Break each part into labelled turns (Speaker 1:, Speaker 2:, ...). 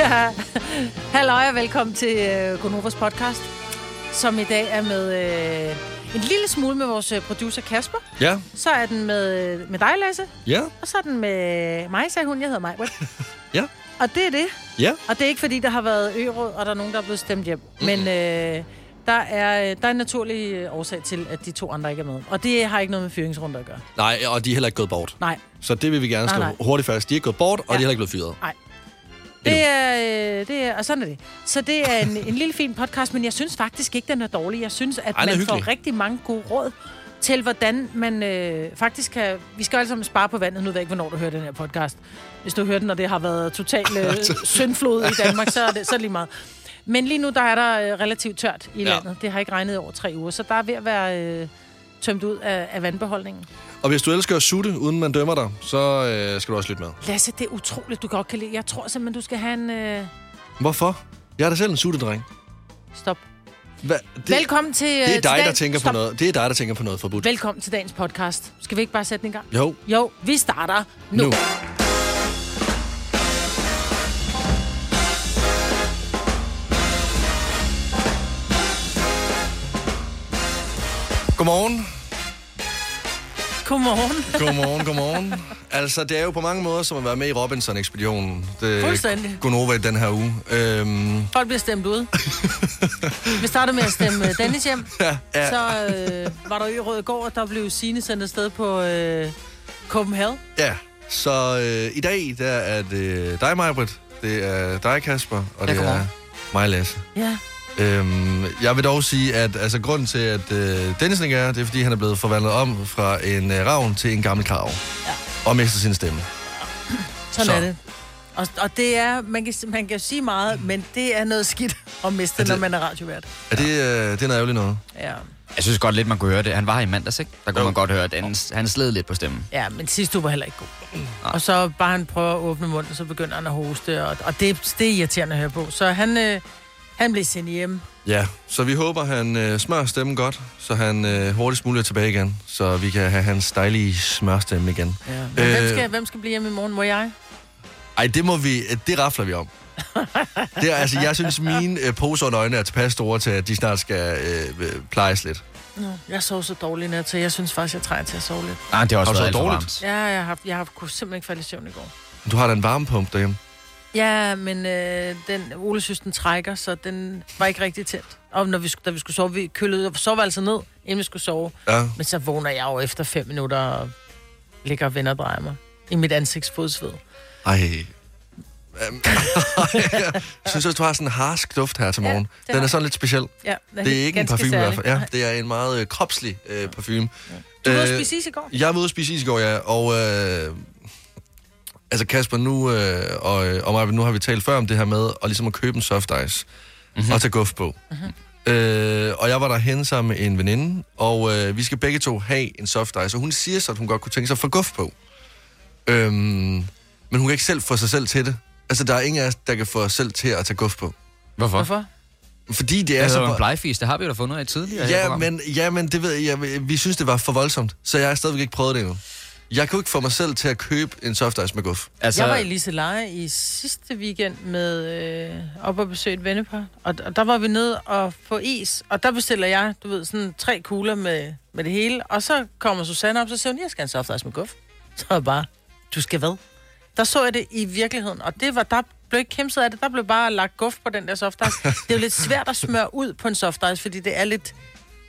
Speaker 1: Halløj og velkommen til øh, Gonovas podcast, som i dag er med øh, en lille smule med vores øh, producer Kasper.
Speaker 2: Ja,
Speaker 1: Så er den med, øh, med dig, Lasse,
Speaker 2: ja,
Speaker 1: og så er den med mig, sagde hun. Jeg hedder mig.
Speaker 2: Ja.
Speaker 1: Og det er det.
Speaker 2: ja.
Speaker 1: Og det er ikke, fordi der har været øråd, og der er nogen, der er blevet stemt hjem. Men øh, der, er, øh, der er en naturlig øh, årsag til, at de to andre ikke er med. Og det har ikke noget med fyringsrunder at gøre.
Speaker 2: Nej, og de er heller ikke gået bort.
Speaker 1: Nej.
Speaker 2: Så det vil vi gerne
Speaker 1: Nej,
Speaker 2: slå
Speaker 1: nej.
Speaker 2: hurtigt fast. De er ikke gået bort, og de
Speaker 1: Ja.
Speaker 2: er heller ikke blevet fyret.
Speaker 1: Det er, øh, det er, og sådan er det. Så det er en, en lille fin podcast, men jeg synes faktisk ikke, den er dårlig. Jeg synes, at
Speaker 2: Ej, den er
Speaker 1: man
Speaker 2: hyggelig.
Speaker 1: får rigtig mange gode råd til, hvordan man øh, faktisk kan... Vi skal jo alle sammen spare på vandet. Nu ved jeg ikke, hvornår du hører den her podcast. Hvis du hører den, og det har været total øh, syndflod i Danmark, så er, det, så er det lige meget. Men lige nu, der er der øh, relativt tørt i
Speaker 2: Ja.
Speaker 1: ja. landet. Det har ikke regnet i over tre uger, så der er ved at være øh, tømt ud af, af vandbeholdningen.
Speaker 2: Og hvis du elsker at sutte, uden man dømmer dig, så øh, skal du også lytte med.
Speaker 1: Lasse, det er utroligt, du godt kan lide. Jeg tror simpelthen, du skal have en... Øh,
Speaker 2: Hvorfor? Jeg er da selv en suttedreng.
Speaker 1: stop.
Speaker 2: Hva?
Speaker 1: Det, Velkommen øh, til...
Speaker 2: det er dig, der tænker på noget. Det er dig, der tænker på noget forbudt.
Speaker 1: Velkommen til dagens podcast. Skal vi ikke bare sætte den i gang?
Speaker 2: Jo,
Speaker 1: Jo, vi starter nu.
Speaker 2: nu.
Speaker 1: nu.
Speaker 2: Godmorgen.
Speaker 1: Godmorgen.
Speaker 2: Godmorgen, godmorgen. Altså, det er jo på mange måder som at være med i Robinson-ekspeditionen. Det
Speaker 1: Fuldstændig.
Speaker 2: Gunova i den her uge. Øhm,
Speaker 1: Folk bliver stemt ud. vi starter med at stemme øh, Dennis hjem.
Speaker 2: ja, ja,
Speaker 1: Så øh, var der ø i går, og der blev Signe sendt afsted på øh, Copenhagen.
Speaker 2: ja. Så øh, i dag, der er det dig, Majbrit. Det er dig, Kasper. Og det er
Speaker 3: godmorgen.
Speaker 2: mig, Lasse.
Speaker 1: Ja.
Speaker 2: Øhm, jeg vil dog sige, at altså, grunden til, at øh, Dennis ikke er, her, det er, fordi han er blevet forvandlet om fra en øh, ravn til en gammel krav. Ja. Og mister sin stemme.
Speaker 1: Sådan
Speaker 2: Så.
Speaker 1: så. er det. Og, og det er, man kan, man kan jo sige meget, men det er noget skidt at miste,
Speaker 2: Er det-
Speaker 1: når man er radiovært.
Speaker 2: Er det, øh, det er noget ærgerligt noget?
Speaker 1: Ja.
Speaker 3: Jeg synes godt lidt, man kunne høre det. Han var her i mandags, ikke? Der kunne
Speaker 2: Jo.
Speaker 3: man godt høre, at han, han sled lidt på stemmen.
Speaker 1: ja, men sidst du var heller ikke god. Og så bare han prøver at åbne munden, så begynder han at hoste, og, og det, det er irriterende at høre på. Så han, øh, han blev sendt hjem.
Speaker 2: Ja. Så vi håber, han øh, smører stemmen godt, så han øh, hurtigst muligt er tilbage igen, så vi kan have hans dejlige smørstemme igen.
Speaker 1: Ja. Men
Speaker 2: Øh.
Speaker 1: hvem, skal, hvem skal blive hjemme i morgen? Må jeg?
Speaker 2: Ej, det må vi, øh, det rafler vi om. Det er, altså, jeg synes, mine øh, poser og øjne er tilpas store til, at de snart skal øh, øh, plejes lidt.
Speaker 1: Nå, jeg sov så dårligt i nat, så jeg synes faktisk, jeg trænger til at sove lidt.
Speaker 3: Nej, det har også
Speaker 2: Har du
Speaker 3: været
Speaker 2: været
Speaker 3: alt for
Speaker 2: dårligt?
Speaker 3: varmt.
Speaker 1: Ja, jeg har, jeg har kunne simpelthen ikke falde i søvn i går.
Speaker 2: Du har da en varmepump derhjemme.
Speaker 1: Ja, men øh, den, Ole synes, den trækker, så den var ikke rigtig tændt. Og når vi, sk- da vi skulle sove, vi køllede soveværelset ned, inden vi skulle sove.
Speaker 2: Ja.
Speaker 1: Men så vågner jeg jo efter fem minutter og ligger og vender og drejer mig i mit ansigtsfodsved.
Speaker 2: Ej. Øhm, jeg synes også, du har sådan en harsk duft her til
Speaker 1: Ja,
Speaker 2: morgen.
Speaker 1: det
Speaker 2: Ja, den
Speaker 1: har
Speaker 2: er
Speaker 1: jeg.
Speaker 2: sådan lidt speciel.
Speaker 1: Ja, den
Speaker 2: Det er ikke en
Speaker 1: ganske
Speaker 2: parfume i hvert
Speaker 1: særlig.
Speaker 2: fald. Ja, det er en meget øh, kropslig øh, parfume.
Speaker 1: Du var
Speaker 2: Øh,
Speaker 1: ude at spise is i går.
Speaker 2: Jeg var ude at spise is i går, ja, og... Øh, altså Kasper, nu, øh, og, øh, og Maja, nu har vi talt før om det her med at, ligesom at købe en soft ice
Speaker 3: Mhm.
Speaker 2: mm-hmm. og tage guf på.
Speaker 1: Mhm.
Speaker 2: Mm-hmm. Øh, og jeg var derhen sammen med en veninde, og øh, vi skal begge to have en soft ice, og hun siger så, at hun godt kunne tænke sig at få guf på. Øhm, men hun kan ikke selv få sig selv til det. Altså, der er ingen af os, der kan få os selv til at tage guf på.
Speaker 3: Hvorfor? Hvorfor?
Speaker 1: Hvorfor?
Speaker 2: Fordi det
Speaker 3: Det
Speaker 2: er
Speaker 3: er
Speaker 2: så...
Speaker 3: jo en blegfis, det har vi jo da fundet ud af tidligere. her i
Speaker 2: Ja,
Speaker 3: programmet.
Speaker 2: men, ja, men det ved jeg, jeg, vi synes, det var for voldsomt, så jeg har stadigvæk ikke prøvet det endnu. Jeg kan jo ikke få mig selv til at købe en soft ice med guf.
Speaker 3: Altså,
Speaker 1: Jeg var i Liseleje i sidste weekend med øh, op og besøge et vennepar, og, og der var vi nede og få is, og der bestiller jeg, du ved, sådan tre kugler med, med det hele, og så kommer Susanne op, så siger hun, jeg skal have en soft ice med guf. Så var jeg bare, du skal hvad? Der så jeg det i virkeligheden, og det var, der blev ikke kæmpet af det, der blev bare lagt guf på den der soft ice. det er jo lidt svært at smøre ud på en soft ice, fordi det er lidt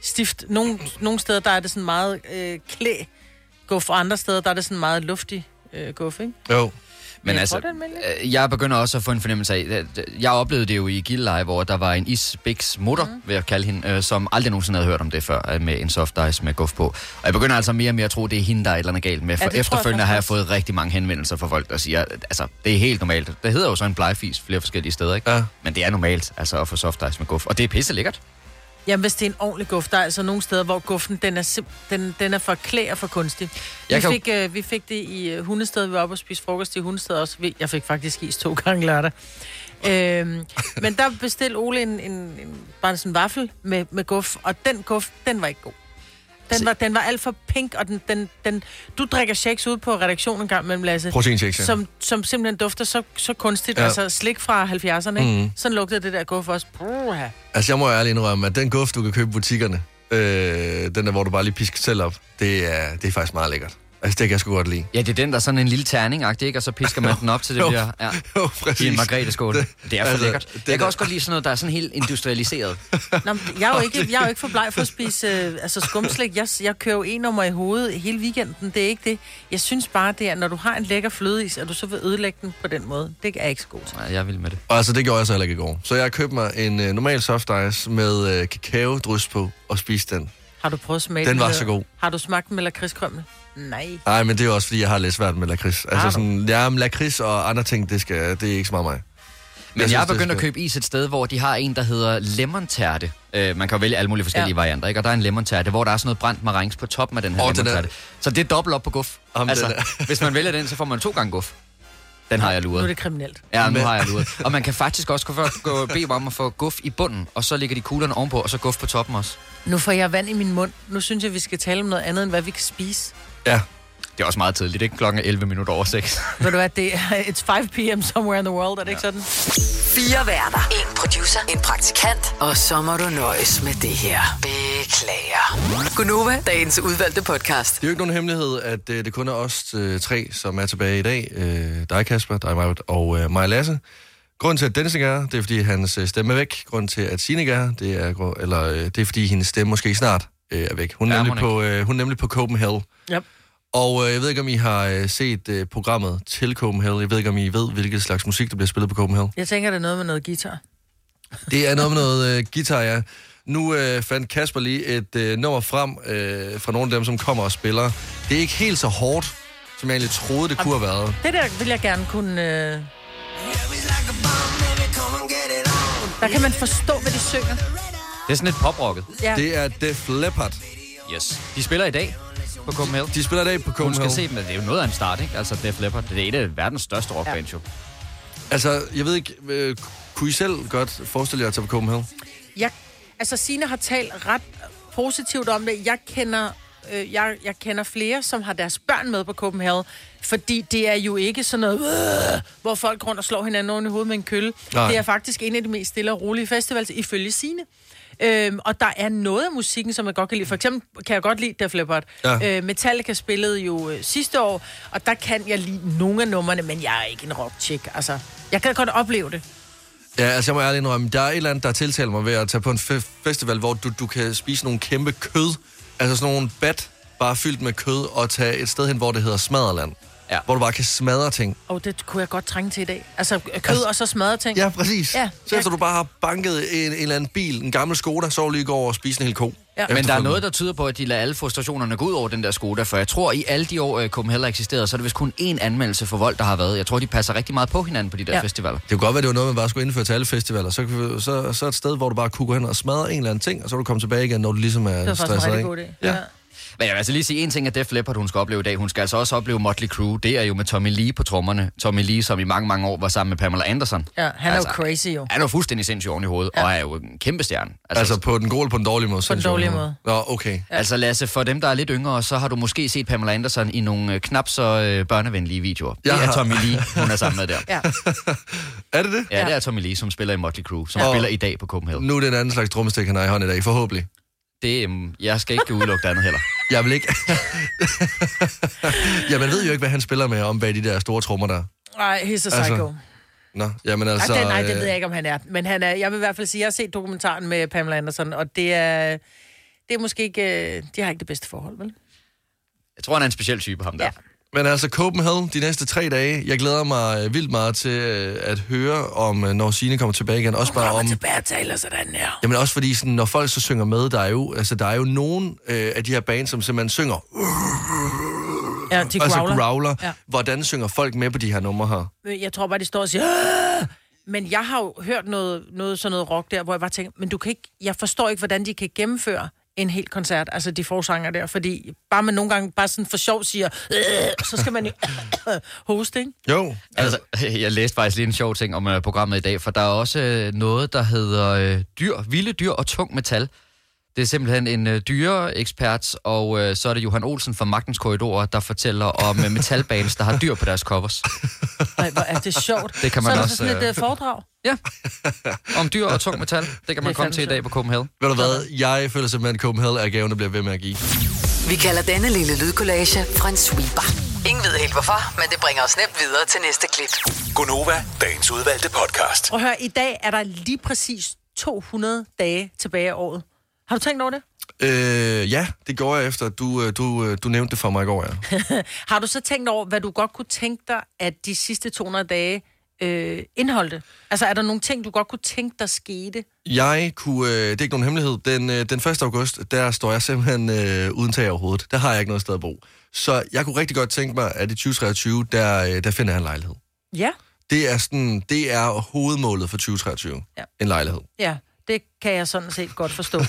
Speaker 1: stift. Nogle, nogle steder, der er det sådan meget øh, klæ guf, og andre steder, der er det sådan meget luftig øh, guf, ikke?
Speaker 2: Jo.
Speaker 3: men
Speaker 1: jeg
Speaker 3: altså,
Speaker 1: tror, det er almindeligt.
Speaker 3: øh, jeg begynder også at få en fornemmelse af, at- at- jeg oplevede det jo i Gilleleje, hvor der var en isbiks mutter, mm. vil jeg kalde hende, øh, som aldrig nogensinde havde hørt om det før, øh, med en soft ice med guf på. Og jeg begynder altså mere og mere at tro, det er hende, der er et eller andet galt med,
Speaker 1: det
Speaker 3: for
Speaker 1: tror
Speaker 3: ja,
Speaker 1: jeg
Speaker 3: efterfølgende
Speaker 1: faktisk
Speaker 3: har jeg
Speaker 1: også.
Speaker 3: fået rigtig mange henvendelser fra folk, der siger, at, altså, det er helt normalt. Det hedder jo så en blegfis flere forskellige steder, ikke?
Speaker 2: Ja.
Speaker 3: Men det er normalt, altså, at få soft ice med guf. Og det er pisse lækkert.
Speaker 1: Jamen, hvis det er en ordentlig guf, der er altså nogle steder, hvor guffen, den er, simp- den, den er for klæ og for kunstig.
Speaker 3: Jeg
Speaker 1: Jeg vi,
Speaker 3: kan jo-
Speaker 1: fik, øh, vi fik det i øh, hundestedet, vi var oppe og spiste frokost i hundestedet også. Vi- Jeg fik faktisk is to gange lørdag. Øhm, men der bestilte Ole en, en, en, bare sådan en vaffel med, med guf, og den guf, den var ikke god. Den var, den var alt for pink, og den, den, den, du drikker shakes ud på redaktionen en gang mellem, Lasse.
Speaker 2: Proteinshakes, ja.
Speaker 1: Som, som simpelthen dufter så, så kunstigt.
Speaker 2: Ja.
Speaker 1: Ja. Altså slik fra 70'erne, ikke? Mm. Sådan lugtede det der guf også. Puha.
Speaker 2: Altså, jeg må ærligt indrømme, at den guf, du kan købe i butikkerne, øh, den der, hvor du bare lige pisker selv op, det er, det er faktisk meget lækkert. Altså, det kan jeg sgu godt lide.
Speaker 3: Ja, det er den, der er sådan en lille terning ikke? Og så pisker man den op til det
Speaker 2: Jo.
Speaker 3: bliver... Ja.
Speaker 2: Jo,
Speaker 3: I
Speaker 2: præcis.
Speaker 3: en margrethe skål. Det, det er
Speaker 2: altså,
Speaker 3: for altså, lækkert.
Speaker 2: det
Speaker 3: Jeg kan
Speaker 2: der-
Speaker 3: også godt lide sådan noget, der er sådan helt industrialiseret.
Speaker 1: Nå, men jeg, er jo ikke, jeg er jo ikke for bleg for at spise øh, altså skumslik. Jeg, jeg kører jo en nummer i hovedet hele weekenden. Det er ikke det. Jeg synes bare, det er, når du har en lækker flødeis, og du så vil ødelægge den på den måde. Det er jeg ikke så god til.
Speaker 3: Nej, jeg vil med det.
Speaker 2: Og altså, det gjorde jeg så heller ikke i går. Så jeg købte mig en øh, normal soft ice med øh, kakaodrys på og spiste den.
Speaker 1: Har du prøvet at smage
Speaker 2: Den var
Speaker 1: med-
Speaker 2: så god.
Speaker 1: Har du smagt den med lakridskrømmel? Nej.
Speaker 2: Nej, men det er jo også, fordi jeg har lidt svært med lakrids.
Speaker 1: Har
Speaker 2: Altså
Speaker 1: du?
Speaker 2: sådan, ja, men lakrids og andre ting, det, skal, det er ikke så meget mig.
Speaker 3: Men jeg,
Speaker 2: synes,
Speaker 3: jeg er
Speaker 2: det er
Speaker 3: begyndt at
Speaker 2: skønt.
Speaker 3: købe is et sted, hvor de har en, der hedder lemontærte. Øh, man kan jo vælge alle mulige forskellige ja.
Speaker 1: Ja.
Speaker 3: varianter, ikke? Og der er en lemontærte, hvor der er sådan noget brændt marengs på toppen af den her
Speaker 2: Åh,
Speaker 3: oh,
Speaker 2: den er-
Speaker 3: lemontærte. Så det er dobbelt op på guf.
Speaker 2: Om den
Speaker 3: Altså,
Speaker 2: er-
Speaker 3: hvis man vælger den, så får man to gange guf. Den har jeg
Speaker 1: Nu er
Speaker 3: luret.
Speaker 1: det kriminelt.
Speaker 3: Ja, nu
Speaker 2: Men-
Speaker 3: har jeg luret. Og man kan faktisk også gå, for, gå bede om at få guf i bunden, og så ligger de kuglerne ovenpå, og så guf på toppen også.
Speaker 1: Nu får jeg vand i min mund. Nu synes jeg, vi skal tale om noget andet, end hvad vi kan spise.
Speaker 2: Ja,
Speaker 3: Det er også meget tidligt, ikke? Klokken er 11 minutter over 6.
Speaker 1: Ved du hvad, det er, it's 5 p.m. somewhere in the world, er det ja. ikke sådan?
Speaker 4: Fire værter. En producer. En praktikant. Og så må du nøjes med det her. Beklager. Gunova, dagens udvalgte podcast.
Speaker 2: det er jo ikke nogen hemmelighed, at øh, det kun er os øh, tre, som er tilbage i dag. Øh, dig, Kasper, dig, Majbert og øh, mig, Lasse. Grunden til, at Dennis ikke er her, det er, fordi hans øh, stemme er væk. Grunden til, at Signe ikke er her, det er, gru- eller, øh, det er fordi hendes stemme måske snart øh, er væk. Hun er,
Speaker 3: Er
Speaker 2: nemlig
Speaker 3: hun
Speaker 2: på, øh, hun er nemlig på Copenhagen.
Speaker 1: Yep.
Speaker 2: Og øh, jeg ved ikke, om I har øh, set øh, programmet til Copenhagen. Jeg ved ikke, om I ved, hvilket slags musik, der bliver spillet på Copenhagen.
Speaker 1: Jeg tænker, det er noget med noget guitar.
Speaker 2: Det er noget med noget øh, guitar, ja. Nu øh, fandt Kasper lige et øh, nummer frem øh, fra nogle af dem, som kommer og spiller. Det er ikke helt så hårdt, som jeg egentlig troede, det kunne have været.
Speaker 1: Det der vil jeg gerne kunne... Øh... Der kan man forstå, hvad de synger.
Speaker 3: Det er sådan lidt poprocket.
Speaker 1: Ja.
Speaker 2: Det er Def Leppard.
Speaker 3: Yes. De spiller i dag på Copenhagen.
Speaker 2: De spiller i dag på
Speaker 3: Hun skal
Speaker 2: Copenhagen.
Speaker 3: se dem, men det er jo noget af en start, ikke? Altså Def Leppard, det er et af verdens største rockbands jo.
Speaker 2: Altså, jeg ved ikke, øh, kunne I selv godt forestille jer at tage på Copenhagen?
Speaker 1: Jeg, altså, Sina har talt ret positivt om det. Jeg kender, øh, jeg, jeg kender flere, som har deres børn med på Copenhagen, fordi det er jo ikke sådan noget, øh, hvor folk går rundt og slår hinanden oven i hovedet med en kølle.
Speaker 2: Nej.
Speaker 1: Nej. Det er faktisk en af de mest stille og rolige festivals, ifølge Sine. Øhm, og der er noget af musikken, som jeg godt kan lide. For eksempel kan jeg godt lide Def Leppard.
Speaker 2: Ja.
Speaker 1: Ja. Øh, Metallica spillede jo øh, sidste år, og der kan jeg lide nogle af numrene, men jeg er ikke en rock-chick. Altså, jeg kan godt opleve det.
Speaker 2: Ja, altså jeg må ærligt indrømme, der er et eller andet, der tiltaler mig ved at tage på en fe- festival, hvor du, du kan spise nogle kæmpe kød, altså sådan nogle bat, bare fyldt med kød, og tage et sted hen, hvor det hedder smadreland.
Speaker 3: Ja.
Speaker 2: Hvor du bare kan smadre ting.
Speaker 1: Og det kunne jeg godt trænge til i dag. Altså kød
Speaker 2: Altså-
Speaker 1: altså, og så smadre ting.
Speaker 2: Ja, præcis. Ja,
Speaker 1: Ja,
Speaker 2: så
Speaker 1: ja.
Speaker 2: efter du bare har banket en, en eller anden bil, en gammel Skoda, så var du lige går over og spise en hel ko.
Speaker 1: Ja.
Speaker 3: Men der er noget, der tyder på, at de lader alle frustrationerne gå ud over den der Skoda, for jeg tror, i alle de år, øh, Copenhagen har eksisteret, så er det vist kun én anmeldelse for vold, der har været. Jeg tror, de passer rigtig meget på hinanden på de der ja.
Speaker 1: Ja.
Speaker 3: festivaler.
Speaker 2: Det kunne godt være, det var noget, man bare skulle indføre til alle festivaler. Så, kan vi- så, så et sted, hvor du bare kunne gå hen og smadre en eller anden ting, og så er du komme tilbage igen, når du ligesom er
Speaker 1: Det var faktisk en
Speaker 2: stresset.
Speaker 1: rigtig
Speaker 2: ikke?
Speaker 1: god idé.
Speaker 2: Ja.
Speaker 1: Ja.
Speaker 2: ja.
Speaker 3: Men jeg vil altså lige sige en ting, at Def Leppard, hun skal opleve i dag. Hun skal altså også opleve Motley Crue. Det er jo med Tommy Lee på trommerne. Tommy Lee, som i mange, mange år var sammen med Pamela Anderson.
Speaker 1: ja, han er
Speaker 3: altså,
Speaker 1: jo crazy jo.
Speaker 3: Han er jo fuldstændig sindssyg oven i hovedet, ja. og er jo en kæmpe stjerne.
Speaker 2: Altså på den gode eller på den dårlige måde? På
Speaker 1: den dårlige måde.
Speaker 2: Nå, okay.
Speaker 3: Ja. Altså Lasse, for dem, der er lidt yngre, så har du måske set Pamela Anderson i nogle øh, knap så øh, børnevenlige videoer. Ja.
Speaker 2: Jeg
Speaker 3: Det er
Speaker 2: har.
Speaker 3: Tommy Lee, hun er sammen med der. Ja,
Speaker 1: Ja.
Speaker 2: Er det det?
Speaker 3: ja det er Tommy Lee, som spiller i Motley Crue, som
Speaker 2: Ja.
Speaker 3: ja. spiller i dag på Copenhagen.
Speaker 2: Nu er det en anden slags trommestik, han har i hånden i dag, forhåbentlig.
Speaker 3: Det, øhm, jeg skal ikke udelukke det andet heller.
Speaker 2: Jeg vil ikke... ja, man ved jo ikke, hvad han spiller med om bag de der store trommer der.
Speaker 1: Ej, he's a
Speaker 2: Altså,
Speaker 1: psycho.
Speaker 2: Nå, jamen
Speaker 1: Altså,
Speaker 2: altså...
Speaker 1: Ej, det, nej, det
Speaker 2: øh,
Speaker 1: ved jeg ikke, om han er. Men han er, jeg vil i hvert fald sige, at jeg har set dokumentaren med Pamela Anderson, og det er, det er måske ikke... øh, De har ikke det bedste forhold, vel?
Speaker 3: Jeg tror, han er en speciel type, ham der. Ja.
Speaker 1: Ja.
Speaker 2: Men altså, Copenhagen de næste tre dage. Jeg glæder mig øh, vildt meget til øh, at høre om, øh, når Signe kommer tilbage igen. Også bare om...
Speaker 1: tilbage og taler sådan her.
Speaker 2: Jamen også fordi, sådan, når folk så synger med, der er jo, altså, der er jo nogen øh, af de her bands, som simpelthen synger.
Speaker 1: Ja, de
Speaker 2: altså
Speaker 1: growler.
Speaker 2: growler. Ja.
Speaker 1: Ja.
Speaker 2: Hvordan synger folk med på de her numre her?
Speaker 1: Øh, Jeg tror bare, de står og siger... "Åh!" Men jeg har jo hørt noget, noget sådan noget rock der, hvor jeg bare tænker, men du kan ikke, jeg forstår ikke, hvordan de kan gennemføre en hel koncert, altså de forsanger der, fordi bare man nogle gange bare sådan for sjov siger, "Øh," så skal man jo hoste, ikke?
Speaker 2: Jo.
Speaker 3: Altså, jeg læste faktisk lige en sjov ting om øh, programmet i dag, for der er også øh, noget, der hedder øh, dyr, vilde dyr og tung metal. Det er simpelthen en øh, dyreekspert, og øh, så er det Johan Olsen fra Magtens Korridorer, der fortæller om øh, metalbands, der har dyr på deres covers.
Speaker 1: Nej, hvor er det sjovt.
Speaker 3: Det
Speaker 1: så
Speaker 3: kan man
Speaker 1: er der
Speaker 3: også,
Speaker 1: så sådan et
Speaker 3: øh,
Speaker 1: øh, foredrag.
Speaker 3: Ja, om dyr og tung metal. Det kan man
Speaker 1: Det er
Speaker 3: komme til i
Speaker 1: fandme
Speaker 3: dag på Copenhagen.
Speaker 2: Ved du hvad? Jeg føler simpelthen, at Copenhagen er gaven, der bliver ved med at give.
Speaker 4: Vi kalder denne lille lydkollage en sweeper. Ingen ved helt hvorfor, men det bringer os nemt videre til næste klip.
Speaker 5: Gunova, dagens udvalgte podcast.
Speaker 1: Prøv at høre, i dag er der lige præcis 200 dage tilbage af året. Har du tænkt over det?
Speaker 2: Øh, ja, det går jeg efter. Du, øh, du, øh, du nævnte det for mig i går, ja.
Speaker 1: Har du så tænkt over, hvad du godt kunne tænke dig, at de sidste 200 dage øh, indeholdte? Altså, er der nogle ting, du godt kunne tænke dig skete?
Speaker 2: Jeg kunne, øh, det er ikke nogen hemmelighed, den, øh, den 1. august, der står jeg simpelthen øh, uden tag overhovedet. Der har jeg ikke noget sted at bo. Så jeg kunne rigtig godt tænke mig, at i 2023, der, øh, der finder jeg en lejlighed.
Speaker 1: Ja.
Speaker 2: Det er, sådan, det er hovedmålet for 2023.
Speaker 1: Ja.
Speaker 2: En lejlighed.
Speaker 1: Ja, det kan jeg sådan set godt forstå.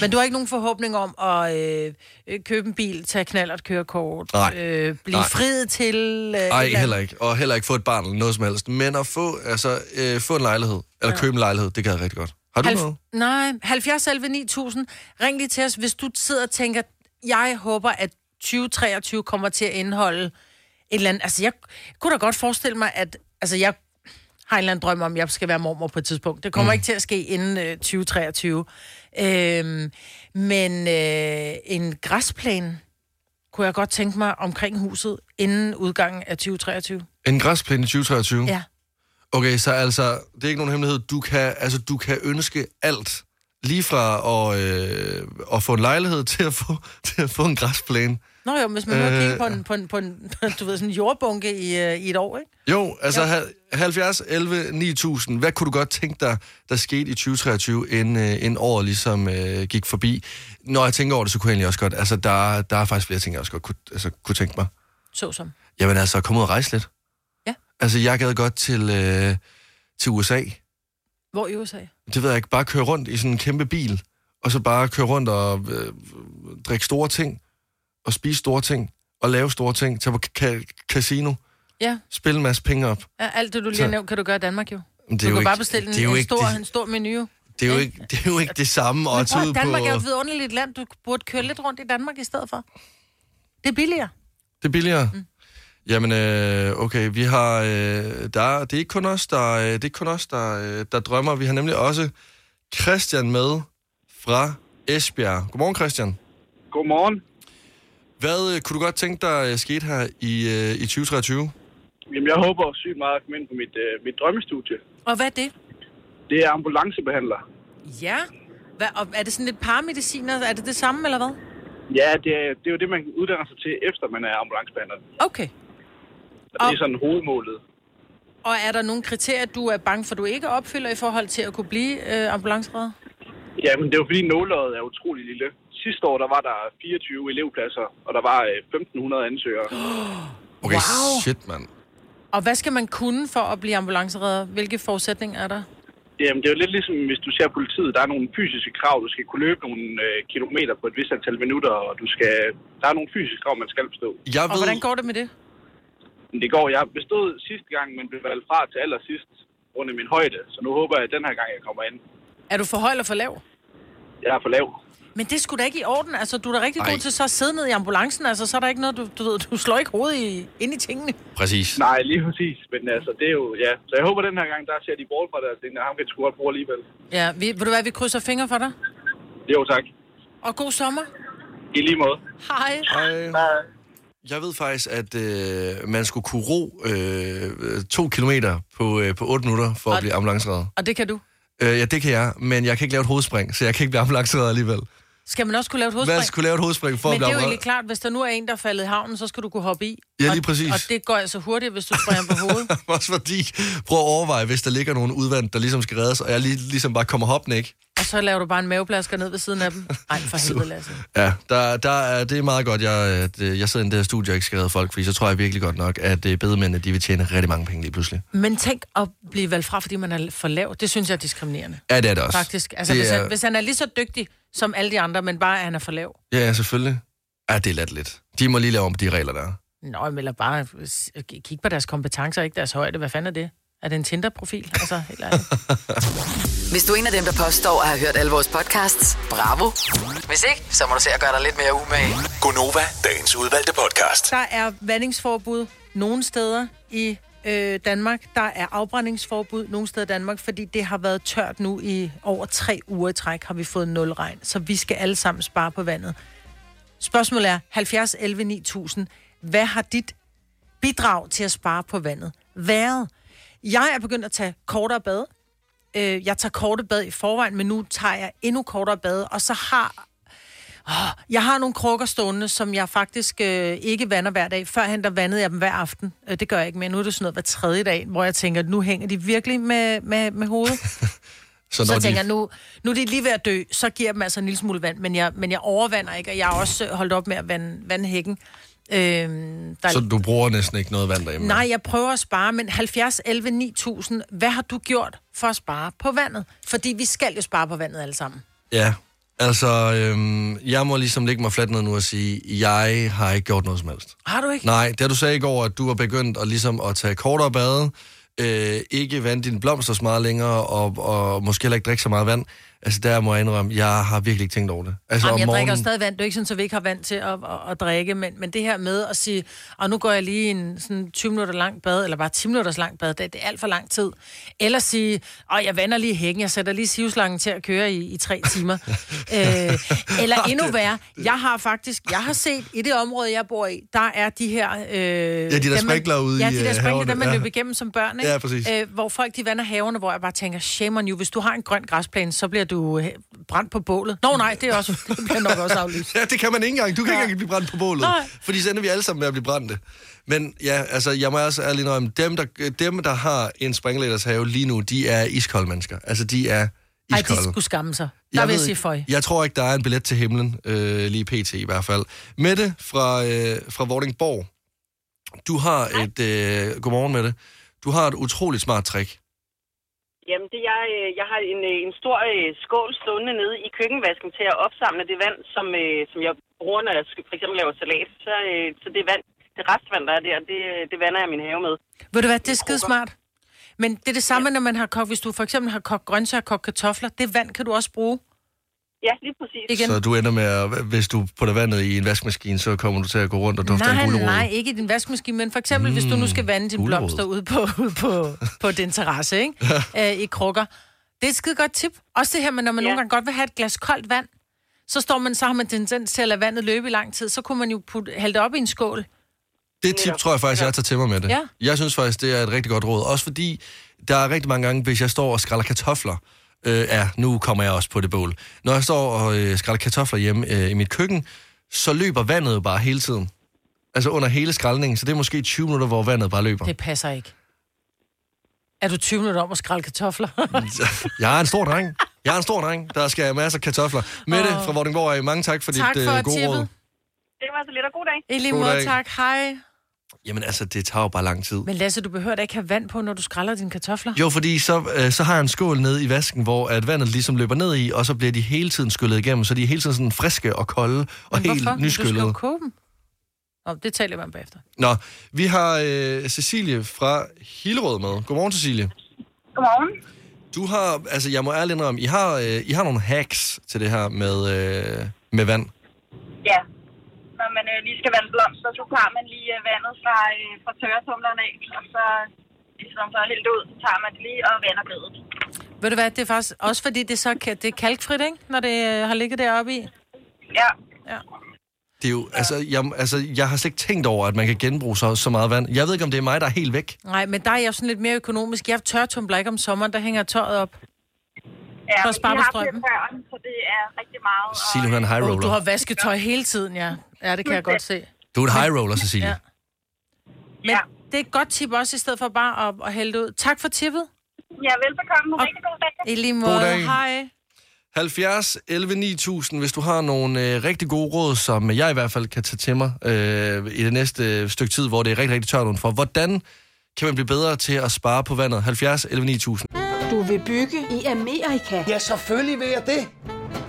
Speaker 1: Men du har ikke nogen forhåbning om at øh, øh, købe en bil, tage knallert kørekort,
Speaker 2: Nej.
Speaker 1: øh, blive
Speaker 2: Nej.
Speaker 1: friet til... Øh,
Speaker 2: Nej, heller ikke. Og heller ikke få et barn eller noget som helst. Men at få, altså, øh, få en lejlighed, eller købe en lejlighed, det kan jeg rigtig godt. Har du Halv... noget?
Speaker 1: Halv... Nej, 70 11 9000. Ring lige til os, hvis du sidder og tænker, jeg håber, at 2023 kommer til at indeholde et eller andet. Altså, jeg kunne da godt forestille mig, at... Altså, jeg har en eller anden drøm om, at jeg skal være mormor på et tidspunkt. Det kommer mm. ikke til at ske inden øh, 2023. Øhm, men øh, en græsplæne kunne jeg godt tænke mig omkring huset inden udgangen af 2023.
Speaker 2: En græsplæne i 2023?
Speaker 1: Ja.
Speaker 2: Okay, så altså, det er ikke nogen hemmelighed. Du kan, altså, du kan ønske alt. Lige fra at, øh, at få en lejlighed til at få, til at få en græsplæne.
Speaker 1: Nå jo, hvis man nu har kigget
Speaker 2: Øh.
Speaker 1: på en, på en, på en, du ved, sådan en jordbunke i, øh, i et år, ikke?
Speaker 2: Jo, altså ha- 70, 11, 9000. Hvad kunne du godt tænke dig, der skete i 2023, inden, øh, inden året ligesom øh, gik forbi? Når jeg tænker over det, så kunne jeg egentlig også godt. Altså, der, der er faktisk flere ting, jeg også godt kunne, altså, kunne tænke mig.
Speaker 1: Såsom.
Speaker 2: Jamen altså, kom ud og rejse lidt.
Speaker 1: Ja.
Speaker 2: Altså, jeg gad godt til, øh, til USA.
Speaker 1: Hvor i USA?
Speaker 2: Det ved jeg ikke. Bare køre rundt i sådan en kæmpe bil. Og så bare køre rundt og øh, drikke store ting. Og spise store ting. Og lave store ting. Tage på ka- casino.
Speaker 1: Ja.
Speaker 2: Spille en masse penge op.
Speaker 1: Ja, alt det, du lige
Speaker 2: Så-
Speaker 1: har nævnt, kan du gøre i Danmark jo.
Speaker 2: Men det
Speaker 1: Du
Speaker 2: er
Speaker 1: kan
Speaker 2: jo
Speaker 1: bare
Speaker 2: ikke-
Speaker 1: bestille en,
Speaker 2: det er jo
Speaker 1: en,
Speaker 2: ikke
Speaker 1: stor,
Speaker 2: det-
Speaker 1: en stor menu.
Speaker 2: Det er jo ikke det, er jo ikke det samme
Speaker 1: Men
Speaker 2: at tage
Speaker 1: prøv,
Speaker 2: ud
Speaker 1: at
Speaker 2: på...
Speaker 1: Danmark er jo et vidunderligt land. Du burde køre lidt rundt i Danmark i stedet for. Det er billigere.
Speaker 2: Det er billigere. Mm. Jamen, øh, okay, vi har... Øh, der, det er ikke kun os, der, øh, det er ikke kun os der, øh, der drømmer. Vi har nemlig også Christian med fra Esbjerg. Godmorgen, Christian.
Speaker 6: Godmorgen.
Speaker 2: Hvad øh, kunne du godt tænke dig øh, skete her i, øh, i 2023?
Speaker 6: Jamen, jeg håber sygt meget at komme ind på mit, øh, mit drømmestudie.
Speaker 1: Og hvad er det?
Speaker 6: Det er ambulancebehandler.
Speaker 1: Ja. Hvad, og er det sådan lidt paramediciner? Er det det samme, eller hvad?
Speaker 6: Ja, det er, det er jo det, man uddanner sig til, efter man er ambulancebehandler.
Speaker 1: Okay.
Speaker 6: Og det
Speaker 1: Og-
Speaker 6: er sådan hovedmålet.
Speaker 1: Og er der nogle kriterier, du er bange for, du ikke opfylder i forhold til at kunne blive øh, ambulanceredder?
Speaker 6: Ja, men det er jo fordi nåløjet er utrolig lille. Sidste år, der var der 24 elevpladser, og der var øh, 1.500 ansøgere.
Speaker 2: Okay,
Speaker 1: Wow.
Speaker 2: shit, mand.
Speaker 1: Og hvad skal man kunne for at blive ambulanceredder? Hvilke forudsætninger er der?
Speaker 6: Jamen, det er jo lidt ligesom, hvis du ser politiet. Der er nogle fysiske krav. Du skal kunne løbe nogle øh, kilometer på et vist antal minutter, og du skal... Der er nogle fysiske krav, man skal bestå.
Speaker 2: Jeg
Speaker 1: Og
Speaker 2: ved...
Speaker 1: hvordan går det med det?
Speaker 6: Men det går. Jeg bestod sidste gang, men blev valgt fra til allersidst rundt af min højde. Så nu håber jeg, at den her gang, jeg kommer ind,
Speaker 1: Er du for høj eller for lav?
Speaker 6: jeg er for lav.
Speaker 1: Men det skulle da ikke i orden. Altså, du er da rigtig
Speaker 2: Ej.
Speaker 1: Ej. god til så at sidde ned i ambulancen. Altså, så er der ikke noget, du, du ved, du slår ikke hovedet i, ind i tingene.
Speaker 2: Præcis.
Speaker 6: Nej, lige præcis. Men altså, det er jo... Ja. Så jeg håber, at den her gang, der ser de bort fra det, og tænker, ham kan jeg sgu godt bruge alligevel.
Speaker 1: Ja, vi, vil du være, vi krydser fingre for dig?
Speaker 6: Jo, tak.
Speaker 1: Og god sommer.
Speaker 6: I lige måde.
Speaker 1: Hej.
Speaker 2: Hej. Jeg ved faktisk, at øh, man skulle kunne ro øh, to kilometer på, øh, på 8 minutter for at
Speaker 1: Og-
Speaker 2: blive ambulanceredder.
Speaker 1: Og det kan du.
Speaker 2: Øh, ja, det kan jeg, men jeg kan ikke lave et hovedspring, så jeg kan ikke blive ambulanceredder alligevel.
Speaker 1: Skal man også kunne lave et
Speaker 2: Hvad
Speaker 1: hovedspring?
Speaker 2: skulle lave et hovedspring for at
Speaker 1: Men det
Speaker 2: blive
Speaker 1: er jo egentlig
Speaker 2: ambulanceredder?
Speaker 1: klart, hvis der nu er en, der er faldet i havnen, så skal du kunne hoppe i.
Speaker 2: Ja, lige
Speaker 1: Og-
Speaker 2: præcis.
Speaker 1: Og det går altså hurtigt, hvis du springer på hovedet.
Speaker 2: Også fordi, prøv at overveje, hvis der ligger nogen udvandt, der ligesom skal reddes, og jeg lige, ligesom bare kommer hoppende, ikke?
Speaker 1: Og så laver du bare en maveplasker ned ved siden af dem. Ej, for helvede, Lasse.
Speaker 2: Ja, der, der er, det er meget godt, jeg, at øh, jeg sidder i det her studie og ikke skal redde folk, fordi så tror jeg virkelig godt nok, at øh, bedemændene, de vil tjene rigtig mange penge lige pludselig.
Speaker 1: Men tænk at blive valgt fra, fordi man er for lav. Det synes jeg er diskriminerende.
Speaker 2: Ja, det er det også.
Speaker 1: Faktisk. Altså,
Speaker 2: det
Speaker 1: hvis,
Speaker 2: er,
Speaker 1: han, hvis han er lige så dygtig som alle de andre, men bare at han er for lav.
Speaker 2: Ja, ja, selvfølgelig. Ja, det er let lidt. De må lige lave om på de regler, der er.
Speaker 1: Nå, men eller bare s- k- kig på deres kompetencer, ikke deres højde. Hvad fanden er det? Er det en Tinder-profil? Altså, helt ærligt.
Speaker 4: Hvis du er en af dem, der påstår at have hørt alle vores podcasts, bravo. Hvis ikke, så må du se at gøre dig lidt mere umage.
Speaker 5: Gonova, dagens udvalgte podcast.
Speaker 1: Der er vandingsforbud nogle steder i øh, Danmark. Der er afbrændingsforbud nogle steder i Danmark, fordi det har været tørt nu i over tre uger i træk, har vi fået nul regn. Så vi skal alle sammen spare på vandet. Spørgsmålet er 70 11 9000. Hvad har dit bidrag til at spare på vandet været? Jeg er begyndt at tage kortere bade. Øh, jeg tager korte bad i forvejen, men nu tager jeg endnu kortere bade, og så har jeg har nogle krukker stående, som jeg faktisk øh, ikke vander hver dag. Førhen der vandede jeg dem hver aften. Øh, det gør jeg ikke mere. Nu er det sådan noget hver tredje dag, hvor jeg tænker, at nu hænger de virkelig med, med, med hovedet.
Speaker 2: Så,
Speaker 1: så
Speaker 2: når
Speaker 1: tænker jeg,
Speaker 2: de,
Speaker 1: nu, nu er de lige ved at dø, så giver jeg dem altså en lille smule vand, men jeg, men jeg overvander ikke, og jeg har også øh, holdt op med at vande, vande hækken. Øh, der er
Speaker 2: så du bruger næsten ikke noget vand derhjemme?
Speaker 1: Nej, jeg prøver at spare, men 70, 11, 9000, hvad har du gjort for at spare på vandet? Fordi vi skal jo spare på vandet alle sammen.
Speaker 2: Ja, altså, øhm, jeg må ligesom lægge mig fladt ned nu og sige, jeg har ikke gjort noget som helst.
Speaker 1: Har du ikke?
Speaker 2: Nej, det du sagde i går, at du var begyndt at, ligesom at tage kortere bade, øh, ikke vande dine blomster så meget længere, og, og måske heller ikke drikke så meget vand. Altså, der må jeg indrømme, jeg har virkelig ikke tænkt over det. Altså,
Speaker 1: Jamen,
Speaker 2: om
Speaker 1: jeg morgenen... drikker
Speaker 2: morgenen-
Speaker 1: jo stadig vand. Det er jo ikke sådan, at vi ikke har vand til at, at, at drikke, men, men det her med at sige, og nu går jeg lige en sådan 20 minutter lang bad, eller bare 10 minutters lang bad, det, det er alt for lang tid. Eller sige, og jeg vander lige hækken, jeg sætter lige sivslangen til at køre i, i tre timer. øh, eller endnu værre, jeg har faktisk, jeg har set i det område, jeg bor i, der er de her... Øh, ja,
Speaker 2: der sprinkler ude
Speaker 1: ja,
Speaker 2: i,
Speaker 1: de
Speaker 2: øh,
Speaker 1: der sprinkler,
Speaker 2: haverne,
Speaker 1: dem man
Speaker 2: ja.
Speaker 1: løber igennem som børn, ikke?
Speaker 2: Ja, præcis.
Speaker 1: Øh, hvor folk de vander haverne, hvor jeg bare tænker, shame on you, hvis du har en grøn græsplæne, så bliver du øh, brændt på bålet. Nå nej, det, er også, det bliver nok også aflyst.
Speaker 2: Ja, det kan man ikke engang. Du kan ikke engang blive brændt på bålet.
Speaker 1: Nej.
Speaker 2: Fordi så ender vi alle sammen med at blive brændte. Men ja, altså, jeg må også ærligt indrømme, dem der, dem, der har en springlæders have lige nu, de er iskolde mennesker. Altså, de er
Speaker 1: Ej,
Speaker 2: iskolde.
Speaker 1: de skulle skamme sig. Der vil jeg
Speaker 2: ved
Speaker 1: sige
Speaker 2: ikke.
Speaker 1: føj.
Speaker 2: Jeg tror ikke, der er en billet til himlen, øh, lige pt. i hvert fald. Mette fra, øh, fra Vordingborg, du har et... Øh, godmorgen, Mette. Du har et utroligt smart trick.
Speaker 7: Jamen, det er, øh, jeg har en, øh, en stor øh, skål stående nede i køkkenvasken til at opsamle det vand, som, øh, som jeg bruger, når jeg skal- for eksempel laver salat. Så, øh, så det vand, det restvand, der er der, det, øh, det vander jeg min have med.
Speaker 1: Ved du hvad, det er skide smart. Men det er det samme, når man har kogt, hvis du for eksempel har kogt grøntsager og kogt kartofler, det vand kan du også bruge
Speaker 7: Ja, lige præcis.
Speaker 1: igen.
Speaker 2: Så du ender med, at, hvis du putter vandet i en vaskemaskine, så kommer du til at gå rundt og dufte af
Speaker 1: nej,
Speaker 2: en gulerod. Hmm,
Speaker 1: nej, ikke i din vaskemaskine, men for eksempel, mm, hvis du nu skal vande dine
Speaker 2: gulerod.
Speaker 1: blomster ude på, ude på, på din terrasse, ikke? Æ, i krukker. Det er et skide godt tip. Også det her med, når man ja.
Speaker 7: Ja.
Speaker 1: nogle gange godt vil have et glas koldt vand, så står man, så har man tendens til at lade vandet løbe i lang tid, så kunne man jo putte, hælde det op i en skål.
Speaker 2: Det tip tror jeg faktisk, jeg tager til mig med det.
Speaker 1: Ja.
Speaker 2: Jeg synes faktisk, det er et rigtig godt råd. Også fordi, der er rigtig mange gange, hvis jeg står og skræller kartofler, øh, ja, nu kommer jeg også på det bål. Når jeg står og øh, skræller kartofler hjemme øh, i mit køkken, så løber vandet jo bare hele tiden. Altså under hele skraldningen, så det er måske 20 minutter, hvor vandet bare løber.
Speaker 1: Det passer ikke. Er du 20 minutter om at skrælle kartofler?
Speaker 2: Jeg er en stor dreng. Jeg er en stor dreng, der skal have masser af kartofler. Mette oh. fra Vordingborg, af, mange tak for
Speaker 1: Tak
Speaker 2: dit
Speaker 1: for
Speaker 2: øh, gode
Speaker 1: tippet.
Speaker 2: råd.
Speaker 7: Det var altså lidt af god dag.
Speaker 1: I lige
Speaker 2: God
Speaker 1: måde,
Speaker 2: dag.
Speaker 1: tak. Hej.
Speaker 2: Jamen altså, det tager jo bare lang tid.
Speaker 1: Men Lasse, du behøver da ikke have vand på, når du skræller dine kartofler.
Speaker 2: Jo, fordi så, øh, så har jeg en skål nede i vasken, hvor at vandet ligesom løber ned i, og så bliver de hele tiden skyllet igennem, så de er hele tiden sådan friske og kolde og
Speaker 1: Men
Speaker 2: helt
Speaker 1: hvorfor? Du skal jo
Speaker 2: nyskyllede.
Speaker 1: koge dem. Nå, det taler vi om bagefter.
Speaker 2: Nå, vi har øh, Cecilie fra Hillerød med. Godmorgen, Cecilie.
Speaker 7: Godmorgen.
Speaker 2: Du har, altså jeg må ærligt indrømme, I har, øh, I har nogle hacks til det her med, øh, med vand.
Speaker 7: Ja. Når man øh, lige skal vande blomster, så tager man lige øh, vandet fra, øh, fra tørretumlerne af, og så ligesom så helt ud, så tager man det lige og vander bedet.
Speaker 1: Ved du hvad, det er faktisk også fordi, det er, så, ka- det er kalkfrit, ikke? Når det øh, har ligget deroppe i.
Speaker 7: Ja.
Speaker 2: Det er jo, altså jeg, altså, jeg har slet ikke tænkt over, at man kan genbruge så, så meget vand. Jeg ved ikke, om det er mig, der er helt væk.
Speaker 1: Nej, men der er jeg jo sådan lidt mere økonomisk. Jeg tørretumbler ikke om sommeren, der hænger tøjet op.
Speaker 7: ja
Speaker 1: Så
Speaker 7: men
Speaker 1: sparer
Speaker 7: vi
Speaker 1: du
Speaker 7: har
Speaker 1: strømmen.
Speaker 7: fem børn, så det er rigtig meget. og-
Speaker 2: Cecilie, hun er en high
Speaker 1: Oh, du har
Speaker 2: roller.
Speaker 1: vasketøj hele tiden, ja. Ja, det kan jeg godt se.
Speaker 2: Du er en high roller, Cecilie.
Speaker 1: Ja. Men det er et godt tip også, i stedet for bare at, at hælde det ud. Tak for tippet.
Speaker 7: Ja, velbekomme. Rigtig god dag.
Speaker 1: I lige
Speaker 2: God
Speaker 1: måde.
Speaker 2: dag.
Speaker 1: Hej.
Speaker 2: 70 11 9000, hvis du har nogle øh, rigtig gode råd, som jeg i hvert fald kan tage til mig øh, i det næste øh, stykke tid, hvor det er rigtig, rigtig tørt udenfor. Hvordan kan man blive bedre til at spare på vandet? 70 11 9000.
Speaker 8: Du vil bygge i Amerika?
Speaker 9: Ja, selvfølgelig vil jeg det.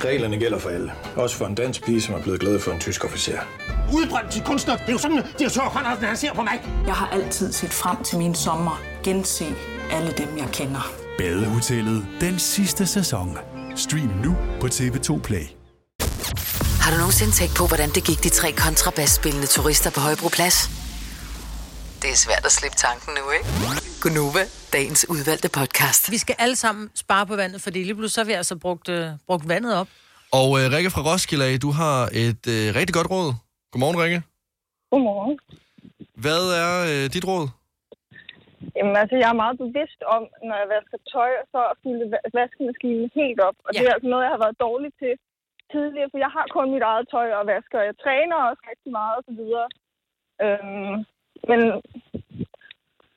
Speaker 10: Reglerne gælder for alle. Også for en dansk pige, som er blevet glad for en tysk officer.
Speaker 9: Udbrændt til kunstner. Det er jo sådan, at de har tørt, han ser på mig.
Speaker 8: Jeg har altid set frem til min sommer, gense
Speaker 11: alle dem, jeg kender.
Speaker 12: Badehotellet den sidste sæson. Stream nu på TV2 Play.
Speaker 4: Har du nogensinde tænkt på, hvordan det gik de tre kontrabasspillende turister på Højbroplads? Det er svært at slippe tanken nu, ikke? Gunova, dagens udvalgte podcast.
Speaker 1: Vi skal alle sammen spare på vandet, fordi lige pludselig så har vi altså brugt, øh, brugt vandet op.
Speaker 2: Og øh, Rikke fra Roskilde, af, du har et øh, rigtig godt råd. Godmorgen, Rikke.
Speaker 13: Godmorgen.
Speaker 2: Hvad er øh, dit råd?
Speaker 13: Jamen altså, jeg er meget bevidst om, når jeg vasker tøj, så at fylde va- vaskemaskinen helt op. Og ja. det er altså noget, jeg har været dårlig til tidligere, for jeg har kun mit eget tøj og vasker. og Jeg træner også rigtig meget og så videre. Øhm, men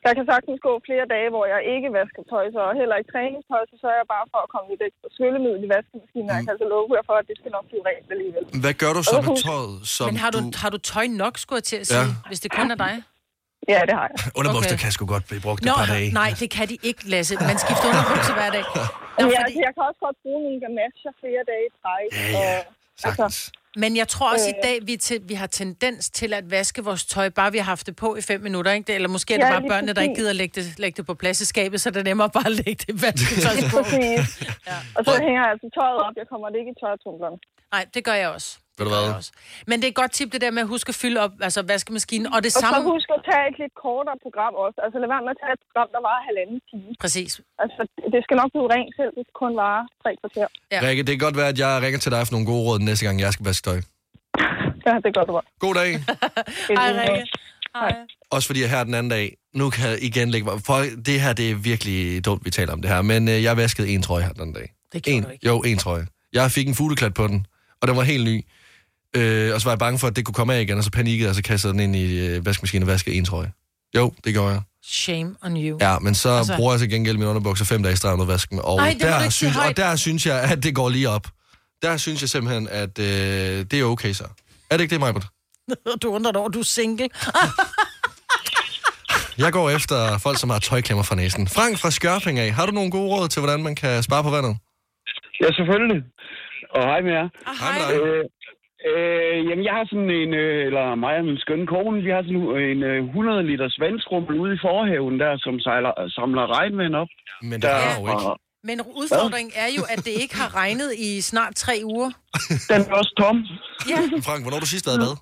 Speaker 13: der kan sagtens gå flere dage, hvor jeg ikke vasker tøj, så og heller ikke træningstøj, så sørger jeg bare for at komme lidt ekstra skyllemiddel i vaskemaskinen,
Speaker 11: Mm.
Speaker 13: og jeg kan altså love jer for, at det skal nok blive rent alligevel.
Speaker 2: Hvad gør du så
Speaker 13: Og
Speaker 2: med
Speaker 13: husk-
Speaker 2: tøjet, som
Speaker 1: Men har du, har du tøj nok, skulle jeg til at sige,
Speaker 2: Ja.
Speaker 1: ja. hvis det kun er dig?
Speaker 13: Ja, det har jeg.
Speaker 2: Underbukser okay. kan sgu godt blive brugt et par
Speaker 1: Nå,
Speaker 2: dage.
Speaker 1: nej, det kan de ikke, Lasse. Man skifter underbukser hver dag.
Speaker 13: Nå, jeg, jeg kan også godt bruge mine gamasjer flere dage i træk. Ja, ja.
Speaker 2: Altså,
Speaker 1: Men jeg tror også i
Speaker 13: Øh.
Speaker 1: dag, vi, til, vi har tendens til at vaske vores tøj, bare vi har haft det på i fem minutter, ikke? Det- Eller måske er det
Speaker 13: Ja,
Speaker 1: bare
Speaker 13: lige
Speaker 1: børnene, der ikke
Speaker 13: præcis.
Speaker 1: gider lægge det, lægge det på plads i skabet, så det er nemmere bare at lægge det i vasketøjsbåden.
Speaker 13: Præcis. ja. Og så hænger jeg altså tøjet op. Jeg kommer det ikke i tørretumbleren.
Speaker 1: Nej, det gør jeg også.
Speaker 2: Ved du hvad?
Speaker 1: Men det er et godt tip, det der med at huske at fylde op, altså vaskemaskinen, og det
Speaker 13: Og
Speaker 1: samme...
Speaker 13: så husk at tage et lidt kortere program også. Altså lad være med at tage et program, der varer halvanden time.
Speaker 1: Præcis.
Speaker 13: Altså det skal nok blive rent selv, hvis det kun varer tre kvarter.
Speaker 1: Ja.
Speaker 2: Rikke, det kan godt være, at jeg ringer til dig for nogle gode råd næste gang, jeg skal vaske tøj.
Speaker 13: Ja, det gør du godt.
Speaker 2: God dag.
Speaker 1: Hej, Rikke.
Speaker 2: Også fordi jeg her den anden dag, nu kan jeg igen lægge mig... For det her, det er virkelig dumt, vi taler om det her. Men øh, jeg vaskede en trøje her den anden dag.
Speaker 1: Det
Speaker 2: en, du ikke. Jo, en trøje. Jeg fik en fugleklat på den, og den var helt ny. Øh, og så var jeg bange for, at det kunne komme af igen, og så panikkede jeg, og så kastede jeg den ind i øh, vaskemaskinen og vaskede en trøje. Jo, det gjorde jeg.
Speaker 1: Shame on you.
Speaker 2: Ja, men så
Speaker 1: Altså-
Speaker 2: altså... bruger jeg til gengæld min underbukser fem dage i stregen ud af vasken. Og,
Speaker 1: Ej, det må du
Speaker 2: der
Speaker 1: ikke sige
Speaker 2: synes, og
Speaker 1: højt.
Speaker 2: der synes jeg, at det går lige op. Der synes jeg simpelthen, at øh, det er okay så. Er det ikke det, Majbert?
Speaker 1: du undrer dig over, du er single.
Speaker 2: Jeg går efter folk, som har tøjklemmer fra næsen. Frank fra Skørping af, har du nogle gode råd til, hvordan man kan spare på vandet?
Speaker 14: Ja, selvfølgelig. Og hej med jer.
Speaker 1: Ah,
Speaker 2: hej. Hej med dig.
Speaker 14: Øh, øh, jamen, jeg har sådan en, øh, eller mig og min skønne kone, vi har sådan en øh, 100 liters vandskrummel ude i forhaven der, som sejler, samler regnvand op.
Speaker 2: Men
Speaker 14: det
Speaker 1: har jo ikke. Men udfordringen er jo, at det ikke har regnet i snart tre uger.
Speaker 14: Den er også tom.
Speaker 1: Ja.
Speaker 2: Frank, hvornår har du sidst været med?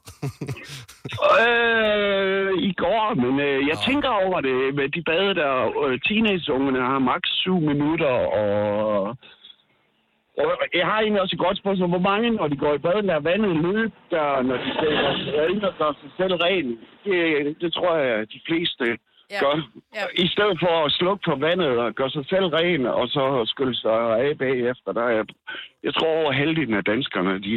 Speaker 14: Øh, I går, men øh, jeg tænker over det. Med de bade der, øh, teenageungerne har maks 7 minutter, og... og Jeg har egentlig også et godt spørgsmål. Hvor mange, når de går i bad, lader vandet løbe, der, når de sætter rene og gør sig selv ren? Det, det tror jeg, de fleste
Speaker 1: Ja.
Speaker 14: ja. gør.
Speaker 1: Ja.
Speaker 14: Ja. I stedet for at slukke for vandet og gøre sig selv ren, og så skylle sig af bagefter. Der er, jeg tror, over halvdelen af danskerne, de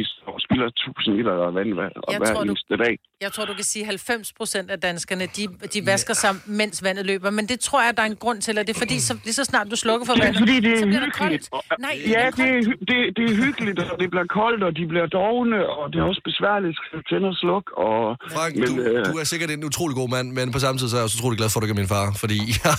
Speaker 14: spilder 1000 liter af vand hver,
Speaker 1: Jeg
Speaker 14: hver
Speaker 1: tror, du-
Speaker 14: eneste dag.
Speaker 1: Jeg tror, du kan sige, at 90 procent af danskerne, de, de vasker sig, mens vandet løber. Men det tror jeg, der er en grund til, og det er fordi, så, lige så snart du slukker for
Speaker 14: Det er
Speaker 1: vandet,
Speaker 14: fordi, det er
Speaker 1: så bliver det
Speaker 14: hyggeligt.
Speaker 1: koldt. Nej,
Speaker 14: ja,
Speaker 1: det er
Speaker 14: det, er, hy- det, det er hyggeligt, og det bliver koldt, og de bliver dogne, og det er også besværligt at skulle tænde og slukke. Og, øh,
Speaker 2: Frank, du, du er sikkert en utrolig god mand, men på samme tid så er jeg også utrolig glad for, at du ikke er min far, fordi jeg,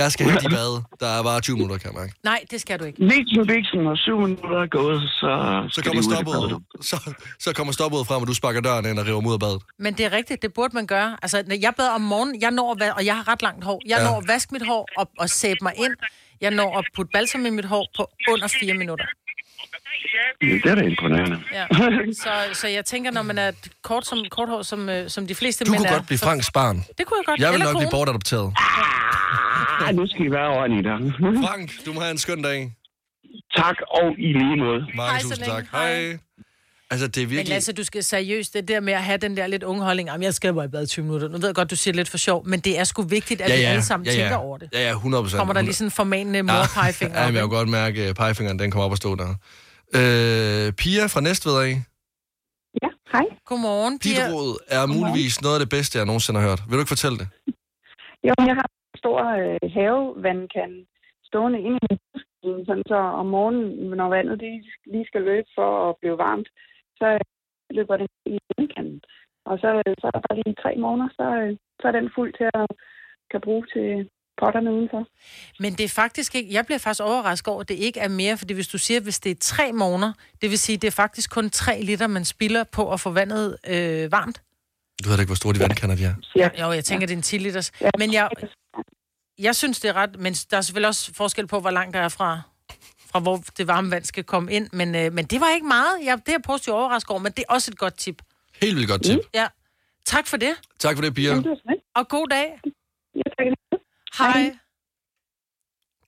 Speaker 2: jeg skal have de bade. Der er bare 20 minutter, kan jeg mærke.
Speaker 1: Nej, det skal du ikke.
Speaker 14: Niksen Biksen og syv minutter er gået,
Speaker 2: Så
Speaker 14: så... Ah, skal
Speaker 2: kommer
Speaker 14: de ud i
Speaker 2: stopudet,
Speaker 14: badet.
Speaker 2: så, så kommer stopudet frem, og du sparker døren ind og river mod af badet.
Speaker 1: Men det er rigtigt, det burde man gøre. Altså, når jeg bad om morgenen, jeg når, at va- og jeg har ret langt hår, jeg
Speaker 2: Ja.
Speaker 1: når at vaske mit hår og, og sæbe mig ind. Jeg når at putte balsam i mit hår på under fire minutter.
Speaker 14: Ja, Det er da imponerende.
Speaker 1: Ja. Så, så jeg tænker, når man er kort som, kort hår, som, øh, som de fleste
Speaker 2: Du
Speaker 1: mænd
Speaker 2: kunne
Speaker 1: er,
Speaker 2: godt blive
Speaker 1: så-
Speaker 2: Franks barn.
Speaker 1: Det kunne jeg godt.
Speaker 2: Jeg vil
Speaker 1: Eller
Speaker 2: nok blive
Speaker 1: kone.
Speaker 2: bortadopteret.
Speaker 14: Ah, nu skal I være ordentligt der.
Speaker 2: Frank, du må have en skøn dag.
Speaker 14: tak, og i lige måde.
Speaker 2: Mange
Speaker 1: Hej så
Speaker 2: tusind
Speaker 1: længe.
Speaker 2: tak. Hej. Altså, det er
Speaker 1: Men
Speaker 2: virkelig...
Speaker 1: Lasse, du skal seriøst, det der med at have den der lidt unge holdning, jamen jeg skal bare i bad i 20 minutter. Nu ved jeg godt, du siger lidt for sjov, men det er sgu vigtigt, at vi altså, alle sammen tænker over det.
Speaker 2: Ja, ja, 100 procent.
Speaker 1: Kommer der lige sådan en formanende morpegefinger?
Speaker 2: Ja,
Speaker 1: op,
Speaker 2: men jeg
Speaker 1: ikke?
Speaker 2: kan godt mærke, at pegefingeren den kommer op og stå der. Øh, Pia fra Næstved af.
Speaker 15: Hej.
Speaker 1: Godmorgen,
Speaker 2: Dit råd er muligvis noget af det bedste, jeg nogensinde har hørt. Vil du ikke fortælle det?
Speaker 15: Jo, men jeg har en stor øh, havevandkande stående inde i min husmaskine, sådan så om morgenen, når vandet lige, lige skal løbe for at blive varmt, så øh, løber den i vandkanden. Og så, øh, så er der bare lige tre måneder, så, øh, så er den fuld til at kan bruge til potterne udenfor.
Speaker 1: Men det er faktisk ikke, jeg bliver faktisk overrasket over, at det ikke er mere, fordi hvis du siger, hvis det er tre måneder, det vil sige, det er faktisk kun tre liter, man spilder på at få vandet øh, varmt.
Speaker 2: Du ved da ikke, hvor store de vandkander de er.
Speaker 15: Ja.
Speaker 1: Jo, jeg tænker, det er en 10 liters. Men jeg, jeg synes, det er ret, men der er selvfølgelig også forskel på, hvor langt der er fra, fra hvor det varme vand skal komme ind. Men, øh, men det var ikke meget. Jeg, det er jeg positivt overrasket over, men det er også et godt tip.
Speaker 2: Helt vildt godt tip. Mm.
Speaker 1: Ja. Tak for det.
Speaker 2: Tak for det, Pia.
Speaker 1: Og god dag.
Speaker 7: Ja, tak.
Speaker 1: Hej.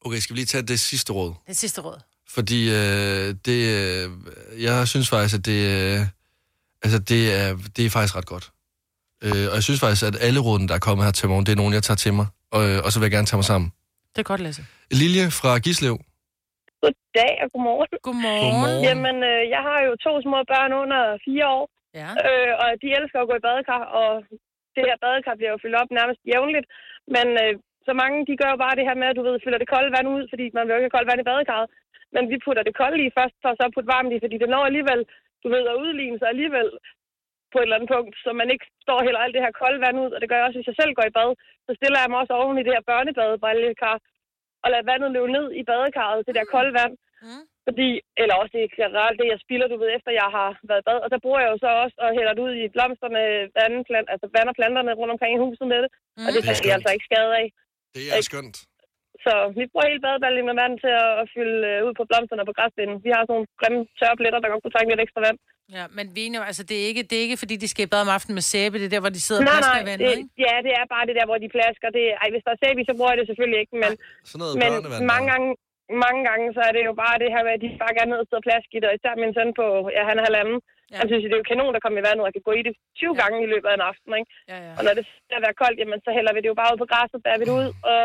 Speaker 2: Okay, skal vi lige tage det sidste råd?
Speaker 1: Det sidste råd.
Speaker 2: Fordi øh, det, øh, jeg synes faktisk, at det, øh, altså det, er, det er faktisk ret godt. Øh, og jeg synes faktisk, at alle rådene, der er kommet her til morgen, det er nogen, jeg tager til mig. Og, øh, og så vil jeg gerne tage mig sammen.
Speaker 1: Det er godt, Lasse.
Speaker 2: Lilje fra Gislev.
Speaker 7: Goddag og godmorgen.
Speaker 1: Godmorgen.
Speaker 2: Godmorgen.
Speaker 7: Jamen, øh, jeg har jo to små børn under fire år,
Speaker 1: ja.
Speaker 7: øh, og de elsker at gå i badekar, og det her badekar bliver jo fyldt op nærmest jævnligt, men øh, så mange, de gør jo bare det her med, at du ved, fylder det kolde vand ud, fordi man vil jo ikke have koldt vand i badekarret, men vi putter det kolde i først, og så putter varmt i, fordi det når alligevel, du ved, at udligne sig alligevel på et eller andet punkt, så man ikke står heller alt det her kolde vand ud, og det gør jeg også, hvis jeg selv går i bad, så stiller jeg mig også oven i det her børnebadebrællekar, og lader vandet løbe ned i badekarret, det der kolde vand.
Speaker 1: Mm.
Speaker 7: Fordi, eller også det er generelt det, jeg spilder, du ved, efter jeg har været i bad. Og der bruger jeg jo så også og hælder det ud i blomsterne, vand, plant, altså vander planterne rundt omkring i huset med det. Mm. Og det,
Speaker 2: Det er
Speaker 7: det jeg
Speaker 2: skønt.
Speaker 7: altså ikke skade af.
Speaker 2: Det er skønt.
Speaker 7: Så vi bruger hele badeballen med vand til at, at fylde øh, ud på blomsterne og på græsstenen. Vi har sådan nogle grimme tørre pletter, der godt kunne trænge lidt ekstra vand.
Speaker 1: Ja, men vi er jo, altså, det er, ikke, det er ikke, fordi de skal i bad om aftenen med sæbe. Det er der, hvor de sidder og
Speaker 7: Nej,
Speaker 1: plasker
Speaker 7: nej,
Speaker 1: i vandet,
Speaker 7: det,
Speaker 1: ikke?
Speaker 7: ja, det er bare det der, hvor de plasker. Det, ej, hvis der er sæbe, i, så bruger jeg det selvfølgelig ikke, men,
Speaker 2: Sådan noget
Speaker 7: men
Speaker 2: børnevand.
Speaker 7: mange, gange, mange gange, så er det jo bare det her med, at de bare gerne ned og sidde og plaske i det, og især min søn på, ja, han er halvanden. Ja. Han synes, jo, det er jo kanon, der kommer i vandet, og kan gå i det 20 ja. gange i løbet af en aften, ikke?
Speaker 1: Ja, ja.
Speaker 7: Og når det skal være koldt, jamen, så hælder vi det jo bare ud på græsset, bærer vi det ud, og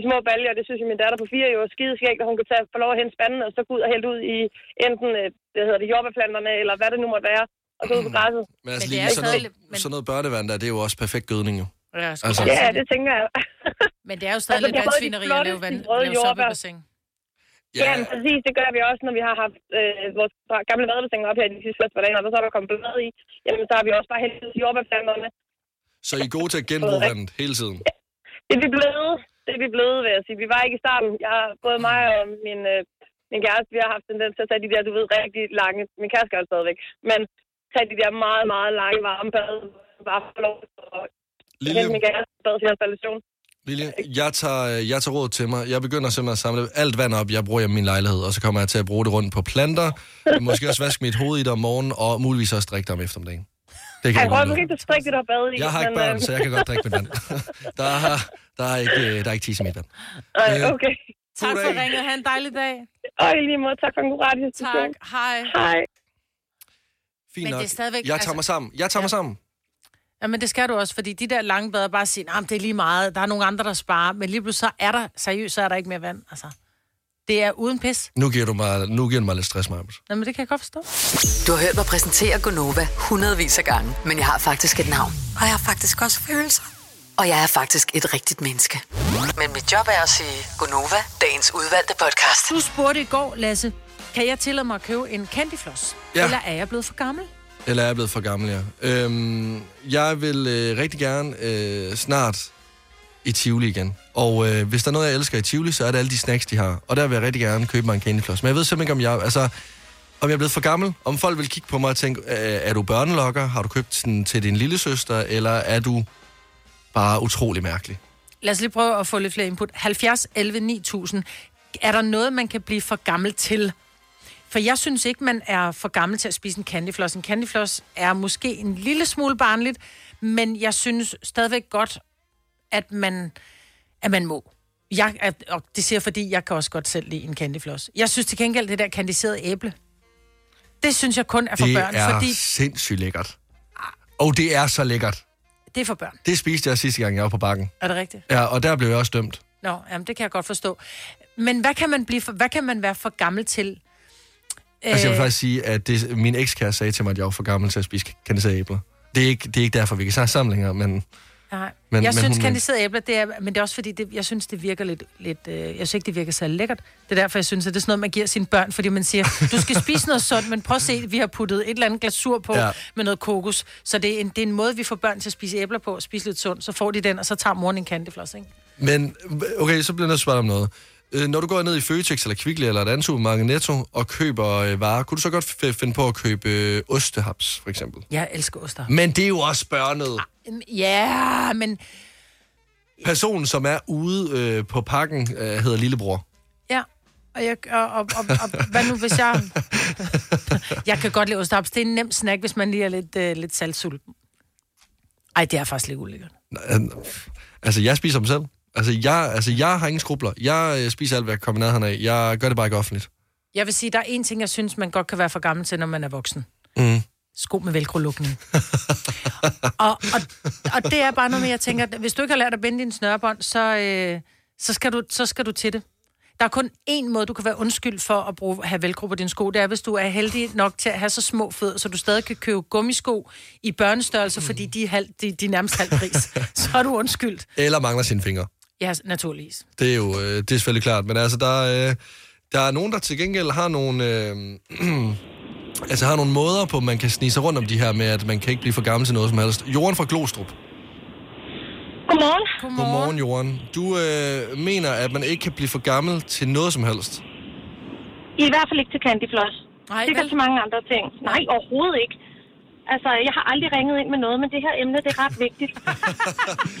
Speaker 7: i små baljer, og det synes jeg, min datter på fire jo er skideskægt, og hun kan tage, få lov at hente spanden, og så gå ud og hælde ud i enten, øh, hvad hedder det, jordbærplanterne, eller hvad det nu måtte være, og så ud på græsset.
Speaker 2: Men altså, lige sådan noget, sådan noget børnevand der, det er jo også perfekt gødning, jo.
Speaker 1: Ja,
Speaker 2: skulle Altså- jeg
Speaker 7: ja,
Speaker 2: sige
Speaker 7: det tænker jeg.
Speaker 1: Men det er jo stadig
Speaker 7: Altså,
Speaker 1: lidt
Speaker 7: det er både de
Speaker 1: vandsvineri at lave,
Speaker 7: flotteste
Speaker 1: vand,
Speaker 7: røde
Speaker 1: lave soppebassin.
Speaker 7: jordbær. Ja, men præcis. Det gør vi også, når vi har haft øh, vores gamle badebassin op her de sidste første par dage, og så er der kommet blad i. Jamen, så har vi også bare hældt ud til jordbærplanterne.
Speaker 2: Så I er gode til at genbruge vandet hele tiden.
Speaker 7: Det er vi blevet. Det er vi blevet, vil jeg sige. Vi var ikke i starten. Jeg, både mig og min, øh, min kæreste, vi har haft tendens til at tage de der, du ved, rigtig lange... Min kæreste gør det stadigvæk. Men tage de der meget, meget lange varme bade. Bare for lov at
Speaker 2: Lille-
Speaker 7: hente min kæreste i bad til hans relation.
Speaker 2: Lille, jeg tager, jeg tager råd til mig. Jeg begynder simpelthen at samle alt vand op, jeg bruger hjemme i min lejlighed, og så kommer jeg til at bruge det rundt på planter. Måske også vaske mit hoved i det om morgenen, og muligvis også drikke det om eftermiddagen. Det kan
Speaker 7: Jeg
Speaker 2: jeg,
Speaker 7: prøver
Speaker 2: godt lide.
Speaker 7: ikke, at du strikker dig bad i.
Speaker 2: jeg har ikke
Speaker 7: men,
Speaker 2: børn,
Speaker 7: øh,
Speaker 2: så jeg kan godt drikke mit vand. Der er, der er ikke, øh, der er ikke tis i mit vand.
Speaker 7: Ej,
Speaker 2: Øh,
Speaker 7: okay.
Speaker 1: Tak for ringet. Ha' en dejlig dag.
Speaker 7: Og i lige måde, tak for en god radio.
Speaker 1: Tak. Hej.
Speaker 7: Hej.
Speaker 2: Fint
Speaker 1: Men
Speaker 2: nok.
Speaker 1: det er stadigvæk-
Speaker 2: jeg tager
Speaker 1: altså-
Speaker 2: mig sammen. Jeg tager mig sammen.
Speaker 1: Ja, men det skal du også, fordi de der lange bader bare siger, nah, det er lige meget, der er nogle andre, der sparer, men lige pludselig så er der, seriøst, så er der ikke mere vand, altså. Det er uden pis.
Speaker 2: Nu giver du mig, nu giver du mig lidt stress, Maja.
Speaker 1: Nå, men det kan jeg godt forstå.
Speaker 4: Du har hørt mig præsentere Gonova hundredvis af gange, men jeg har faktisk et navn.
Speaker 16: Og jeg har faktisk også følelser.
Speaker 4: Og jeg er faktisk et rigtigt menneske. Men mit job er at sige Gonova, dagens udvalgte podcast.
Speaker 1: Du spurgte i går, Lasse, kan jeg tillade mig at købe en candyfloss?
Speaker 2: Ja.
Speaker 1: Eller er jeg blevet for gammel?
Speaker 2: Eller er jeg blevet for gammel, ja. Øhm, jeg vil øh, rigtig gerne øh, snart i Tivoli igen. Og øh, hvis der er noget, jeg elsker i Tivoli, så er det alle de snacks, de har. Og der vil jeg rigtig gerne købe mig en candyfloss. Men jeg ved simpelthen ikke, om jeg, altså, om jeg er blevet for gammel. Om folk vil kigge på mig og tænke, øh, er du børnelokker? Har du købt den til din lille søster? Eller er du bare utrolig mærkelig?
Speaker 1: Lad os lige prøve at få lidt flere input. 70, 11, 9000. Er der noget, man kan blive for gammel til? For jeg synes ikke, man er for gammel til at spise en candyfloss. En candyfloss er måske en lille smule barnligt, men jeg synes stadigvæk godt, at man, at man må. Jeg, at, og det siger jeg, fordi, jeg kan også godt selv lide en candyfloss. Jeg synes til gengæld, det der kandiserede æble, det synes jeg kun er for
Speaker 2: det
Speaker 1: børn,
Speaker 2: er
Speaker 1: fordi
Speaker 2: sindssygt lækkert. Og det er så lækkert.
Speaker 1: det er for børn.
Speaker 2: Det spiste jeg sidste gang, jeg var på bakken.
Speaker 1: Er det rigtigt?
Speaker 2: Ja, og der blev jeg også dømt.
Speaker 1: Nå, jamen, det kan jeg godt forstå. Men hvad kan man, blive for, hvad kan man være for gammel til?
Speaker 2: Altså, jeg vil
Speaker 1: Øh,
Speaker 2: faktisk sige, at det, min ekskæreste sagde til mig, at jeg var for gammel til at spise kandiserede æbler. Det er, ikke, det er ikke derfor, vi kan snakke sammen længere, men...
Speaker 1: Øh, Nej.
Speaker 2: Men-
Speaker 1: Men, jeg
Speaker 2: men
Speaker 1: men synes,
Speaker 2: hun-
Speaker 1: kandiserede æbler, det er, men det er også fordi, det, jeg synes, det virker lidt, lidt øh, jeg synes ikke, det virker særlig lækkert. Det er derfor, jeg synes, at det er sådan noget, man giver sine børn, fordi man siger, du skal spise noget sundt, men prøv at se, vi har puttet et eller andet glasur på
Speaker 2: Ja.
Speaker 1: ja. med noget kokos. Så det er, en, det er en måde, vi får børn til at spise æbler på, og spise lidt sundt, så får de den, og så tager moren en kandifloss, ikke?
Speaker 2: Men, okay, så bliver jeg nødt til at spørge dig om noget. Øh, Når du går ned i Føtex eller Kvickly eller et andet supermarked Netto og køber øh, varer, kunne du så godt f- finde på at købe øh, ostehaps, for eksempel?
Speaker 1: Jeg elsker oster.
Speaker 2: Men det er jo også børnet.
Speaker 1: Ja, men
Speaker 2: Personen, som er ude øh, på pakken, øh, hedder Lillebror.
Speaker 1: Ja. Og, jeg, og, og, og, og hvad nu, hvis jeg... jeg kan godt lide ostehaps. Det er en nem snack, hvis man lige er lidt, øh, lidt saltsulten. Ej, det er faktisk lidt ulækkert.
Speaker 2: Han- Altså, jeg spiser dem selv. Altså, jeg, altså, jeg har ingen skrubler. Jeg øh, spiser alt, hvad jeg kommer ned af. Jeg gør det bare ikke offentligt.
Speaker 1: Jeg vil sige, der er en ting, jeg synes, man godt kan være for gammel til, når man er voksen.
Speaker 2: Mm.
Speaker 1: sko med velcro-lukning. og, og, og det er bare noget med, jeg tænker, at hvis du ikke har lært at binde din snørebånd, så, øh, så, skal du, så skal du til det. Der er kun én måde, du kan være undskyld for at bruge, have velcro på dine sko. Det er, hvis du er heldig nok til at have så små fødder, så du stadig kan købe gummisko i børnestørrelse, fordi de er, halv, de, de er nærmest halv pris. Så er du undskyldt.
Speaker 2: Eller mangler sine fingre.
Speaker 1: Ja, naturligvis.
Speaker 2: Det er jo øh, det er selvfølgelig klart. Men altså, der, er, øh, der er nogen, der til gengæld har nogle... Øh, altså, har nogle måder på, man kan snige sig rundt om de her med, at man kan ikke blive for gammel til noget som helst. Jorden fra Glostrup.
Speaker 11: Godmorgen.
Speaker 2: Godmorgen, Jorden. Du øh, mener, at man ikke kan blive for gammel til noget som helst.
Speaker 11: I hvert fald ikke til Candy Floss.
Speaker 1: Nej,
Speaker 11: Sikkert til mange andre ting. Nej, overhovedet ikke. Altså, jeg har aldrig ringet ind med noget, men det her emne, det er ret vigtigt. så,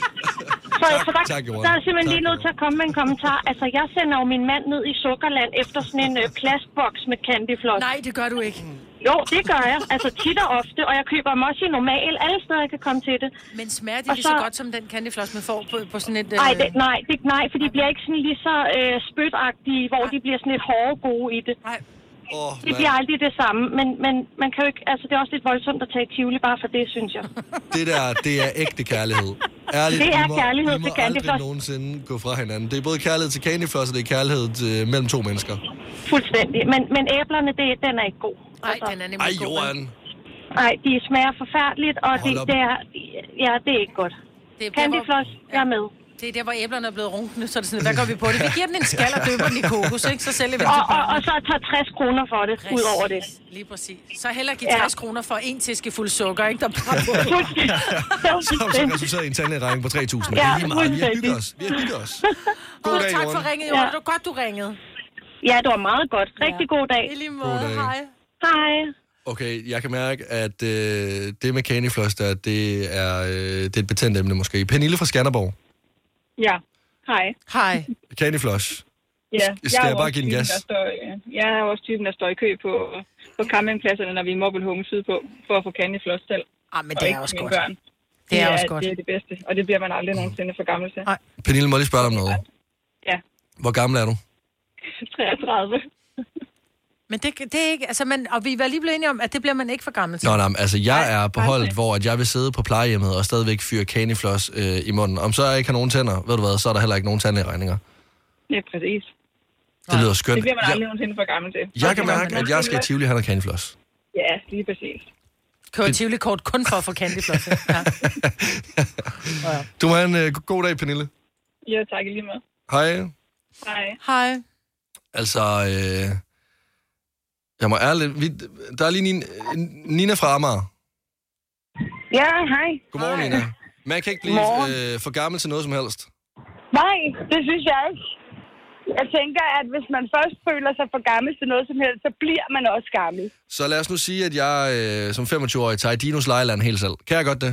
Speaker 11: tak, så der,
Speaker 17: tak, Johan.
Speaker 11: der er simpelthen lige nødt til at komme med en kommentar. Altså, jeg sender jo min mand ned i Sukkerland efter sådan en øh, plastboks med Candy Floss.
Speaker 1: Nej, det gør du ikke.
Speaker 11: Jo, det gør jeg. Altså, tit og ofte. Og jeg køber dem også i normal. Alle steder, jeg kan komme til det.
Speaker 1: Men smager de
Speaker 11: Og
Speaker 1: lige så
Speaker 11: så-
Speaker 1: godt, som den candyfloss, man får på, på sådan et...
Speaker 11: Øh... Ej, det, nej, det, nej, for de bliver ikke sådan lige så øh, spytagtige, hvor de bliver sådan lidt hårde gode i det.
Speaker 1: Nej.
Speaker 2: Oh,
Speaker 11: det bliver aldrig det samme, men, men man kan jo ikke, altså det er også lidt voldsomt at tage i Tivoli bare for det, synes jeg.
Speaker 2: Det der, det er ægte kærlighed. Ærligt,
Speaker 11: Det er
Speaker 2: I må,
Speaker 11: kærlighed
Speaker 2: I må
Speaker 11: til
Speaker 2: aldrig
Speaker 11: Candyfloss.
Speaker 2: nogensinde gå fra hinanden. Det er både kærlighed til candyfloss, og det er kærlighed til, mellem to mennesker.
Speaker 11: Fuldstændig. Men, men æblerne, det, den er ikke god. Nej, altså, den er
Speaker 2: Ej, Johan.
Speaker 11: Nej, de smager forfærdeligt, og det,
Speaker 2: Hold op.
Speaker 11: det, er, ja, det er ikke godt.
Speaker 1: Det er
Speaker 11: Candyfloss, jeg er med.
Speaker 1: Det er der, hvor æblerne er blevet runkende, så er det sådan, hvad gør vi på det? Vi giver den en skal og døber den i kokos, ikke? Så sælger vi den
Speaker 11: og,
Speaker 1: til
Speaker 11: og,
Speaker 1: børnene.
Speaker 11: og, så tager 60 kroner for det, ud over det.
Speaker 1: Præcis. Lige præcis. Så heller give
Speaker 11: Ja.
Speaker 1: 60 kroner for en tiske fuld sukker, ikke? Der bare på.
Speaker 2: Som så resulterer i en tandlægeregning på 3.000. Ja, det er lige meget. Vi har hygget os. Vi har hygget os. God
Speaker 1: God
Speaker 2: dag,
Speaker 1: tak
Speaker 2: Johan.
Speaker 1: for ringet, Jorden. Ja. Det var godt, du ringede.
Speaker 11: Ja, det var meget godt. Rigtig ja. god dag.
Speaker 1: I lige
Speaker 2: God
Speaker 1: måde.
Speaker 2: dag.
Speaker 1: Hej.
Speaker 11: Hej.
Speaker 2: Okay, jeg kan mærke, at øh, det med candyfloss der, det er, øh, det er et betændt emne måske. Pernille fra Skanderborg.
Speaker 18: Ja, hej.
Speaker 1: Hej.
Speaker 2: Candyfloss.
Speaker 18: Ja,
Speaker 2: Skal
Speaker 18: er
Speaker 2: jeg
Speaker 18: jo
Speaker 2: bare
Speaker 18: også
Speaker 2: give den
Speaker 18: typen,
Speaker 2: gas?
Speaker 18: der står- Jeg er jo også typen, der står i kø på, på campingpladserne, når vi er i Mobbelhome sydpå, for at få candyfloss selv.
Speaker 1: Ah, men
Speaker 18: og
Speaker 1: det er
Speaker 18: ikke
Speaker 1: også
Speaker 18: mine
Speaker 1: godt.
Speaker 18: Børn.
Speaker 1: Det er også godt. Mm.
Speaker 18: Det er det bedste, og det bliver man aldrig nogensinde for gammel til. Nej.
Speaker 2: Pernille, må jeg lige spørge dig om noget?
Speaker 18: Ja.
Speaker 2: Hvor gammel er du?
Speaker 18: 33.
Speaker 1: Men det, det er ikke... Altså, men, og vi var lige blevet enige om, at det bliver man ikke for gammel til.
Speaker 2: Nå, nej, men altså jeg er på holdet, hvor at jeg vil sidde på plejehjemmet og stadigvæk fyre candyfloss øh, i munden. Om så jeg ikke har nogen tænder, ved du hvad, så er der heller ikke nogen tandlægeregninger.
Speaker 18: Ja, præcis.
Speaker 2: Det lyder
Speaker 18: Det
Speaker 2: skønt.
Speaker 18: bliver man
Speaker 2: Jeg,
Speaker 18: aldrig nogensinde for gammel til.
Speaker 2: jeg kan mærke, at jeg skal i Tivoli have noget candyfloss.
Speaker 18: Ja, lige præcis.
Speaker 1: Køber tivoli kort kun for at få candyfloss. ikke? Ja.
Speaker 2: Du må have en øh, god dag, Pernille.
Speaker 18: Ja, tak i lige med.
Speaker 2: Hej.
Speaker 18: Hej.
Speaker 1: Hej.
Speaker 2: Altså, øh, jeg må ærligt, vi, der er lige Nina, Nina fra Amager.
Speaker 17: Ja, hej.
Speaker 2: Godmorgen,
Speaker 17: hej.
Speaker 2: Nina. Man kan ikke blive
Speaker 17: Godmorgen.
Speaker 2: øh, for gammel til noget som helst.
Speaker 17: Nej, det synes jeg ikke. Jeg tænker, at hvis man først føler sig for gammel til noget som helst, så bliver man også gammel.
Speaker 2: Så lad os nu sige, at jeg øh, som 25-årig tager i Dinos Lejland helt selv. Kan jeg godt det?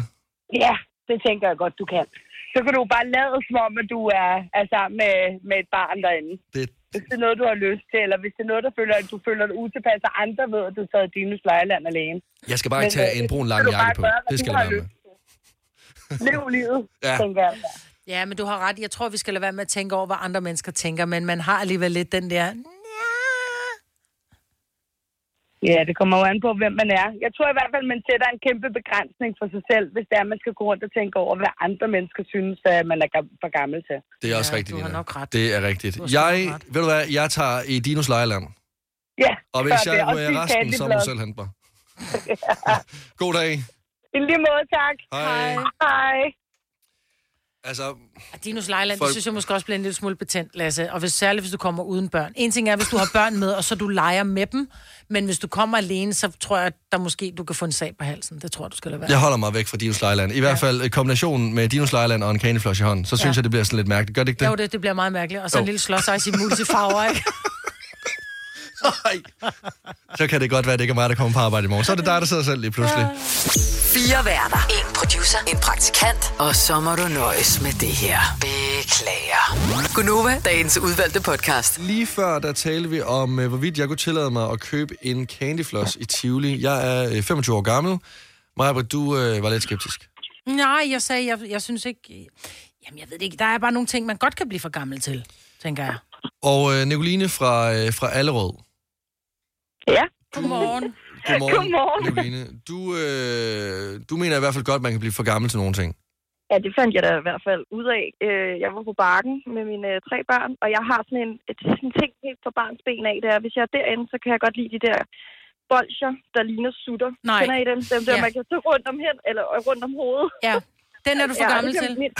Speaker 17: Ja, det tænker jeg godt, du kan. Så kan du jo bare lade som om, at du er, er sammen med, med et barn derinde.
Speaker 2: Det...
Speaker 17: Hvis det er noget, du har lyst til, eller hvis det er noget, der føler, at du føler dig utilpas, og andre ved, at du sad i Dinos Lejland alene. øh,
Speaker 2: Jeg skal bare ikke tage en brun lang jakke på. Det skal jeg være med.
Speaker 17: Lev livet,
Speaker 2: Ja.
Speaker 17: ja. tænker jeg.
Speaker 1: Ja, men du har ret. Jeg tror, vi skal lade være med at tænke over, hvad andre mennesker tænker, men man har alligevel lidt den der...
Speaker 17: Ja, det kommer jo an på, hvem man er. Jeg tror i hvert fald, man sætter en kæmpe begrænsning for sig selv, hvis det er, man skal gå rundt og tænke over, hvad andre mennesker synes, at man er gam- for gammel til.
Speaker 2: Det er også ja, rigtigt, du Nina. Har nok ret. Det er rigtigt. Jeg, ved du hvad, jeg tager i Dinos Lejland.
Speaker 17: Ja,
Speaker 2: Og hvis
Speaker 17: gør
Speaker 2: jeg
Speaker 17: det.
Speaker 2: ikke må
Speaker 17: spis
Speaker 2: jeg resten, så må du
Speaker 17: candyfloss.
Speaker 2: selv hente mig. God dag.
Speaker 17: I lige måde, tak.
Speaker 2: Hej.
Speaker 17: Hej.
Speaker 2: Altså,
Speaker 1: Dinos Lejland, Folk...
Speaker 2: Folk-
Speaker 1: det synes jeg måske også bliver en lille smule betændt, Lasse. Og hvis, særligt, hvis du kommer uden børn. En ting er, hvis du har børn med, og så du leger med dem. Men hvis du kommer alene, så tror jeg, at der måske du kan få en sag på halsen. Det tror jeg, du skal lade være.
Speaker 2: jeg holder mig væk fra Dinos Lejland. I hvert fald øh, kombinationen med Dinos Lejland og en candyfloss i hånden, så synes
Speaker 1: Ja.
Speaker 2: jeg, det bliver sådan lidt mærkeligt. Gør det ikke det?
Speaker 1: Jo, det, det bliver meget mærkeligt. Og så
Speaker 2: Jo.
Speaker 1: en lille slåsejs i multifarver, ikke?
Speaker 2: så kan det godt være, at det ikke er mig, der kommer på arbejde i morgen. Så er det dig, der sidder selv lige pludselig.
Speaker 4: Fire værter. En producer. En praktikant. Og så må du nøjes med det her. Beklager. Gunova, dagens udvalgte podcast.
Speaker 2: Lige før, der talte vi om, øh, hvorvidt jeg kunne tillade mig at købe en candyfloss i Tivoli. Jeg er øh, 25 år gammel. Maja, du øh, var lidt skeptisk.
Speaker 1: Nej, jeg sagde, jeg, jeg synes ikke... Jamen, jeg ved det ikke. Der er bare nogle ting, man godt kan blive for gammel til, tænker jeg.
Speaker 2: Og øh, Nicoline fra, øh, fra Allerød.
Speaker 11: Ja.
Speaker 1: Godmorgen.
Speaker 2: Godmorgen,
Speaker 11: Godmorgen.
Speaker 2: Nicoline. Du, øh, du mener i hvert fald godt, man kan blive for gammel til nogle ting.
Speaker 13: Ja, det fandt jeg da i hvert fald ud af. Øh, Jeg var på barken med mine øh, tre børn, og jeg har sådan en, et- sådan en ting helt fra barns ben af, det er, hvis jeg er derinde, så kan jeg godt lide de der bolcher, der ligner sutter.
Speaker 1: Nej.
Speaker 13: Kender I dem? Dem der,
Speaker 1: Ja.
Speaker 13: man kan stå rundt om hen, eller øh, rundt om hovedet.
Speaker 1: Ja, den er du for gammel
Speaker 13: det er
Speaker 1: til.
Speaker 13: mit-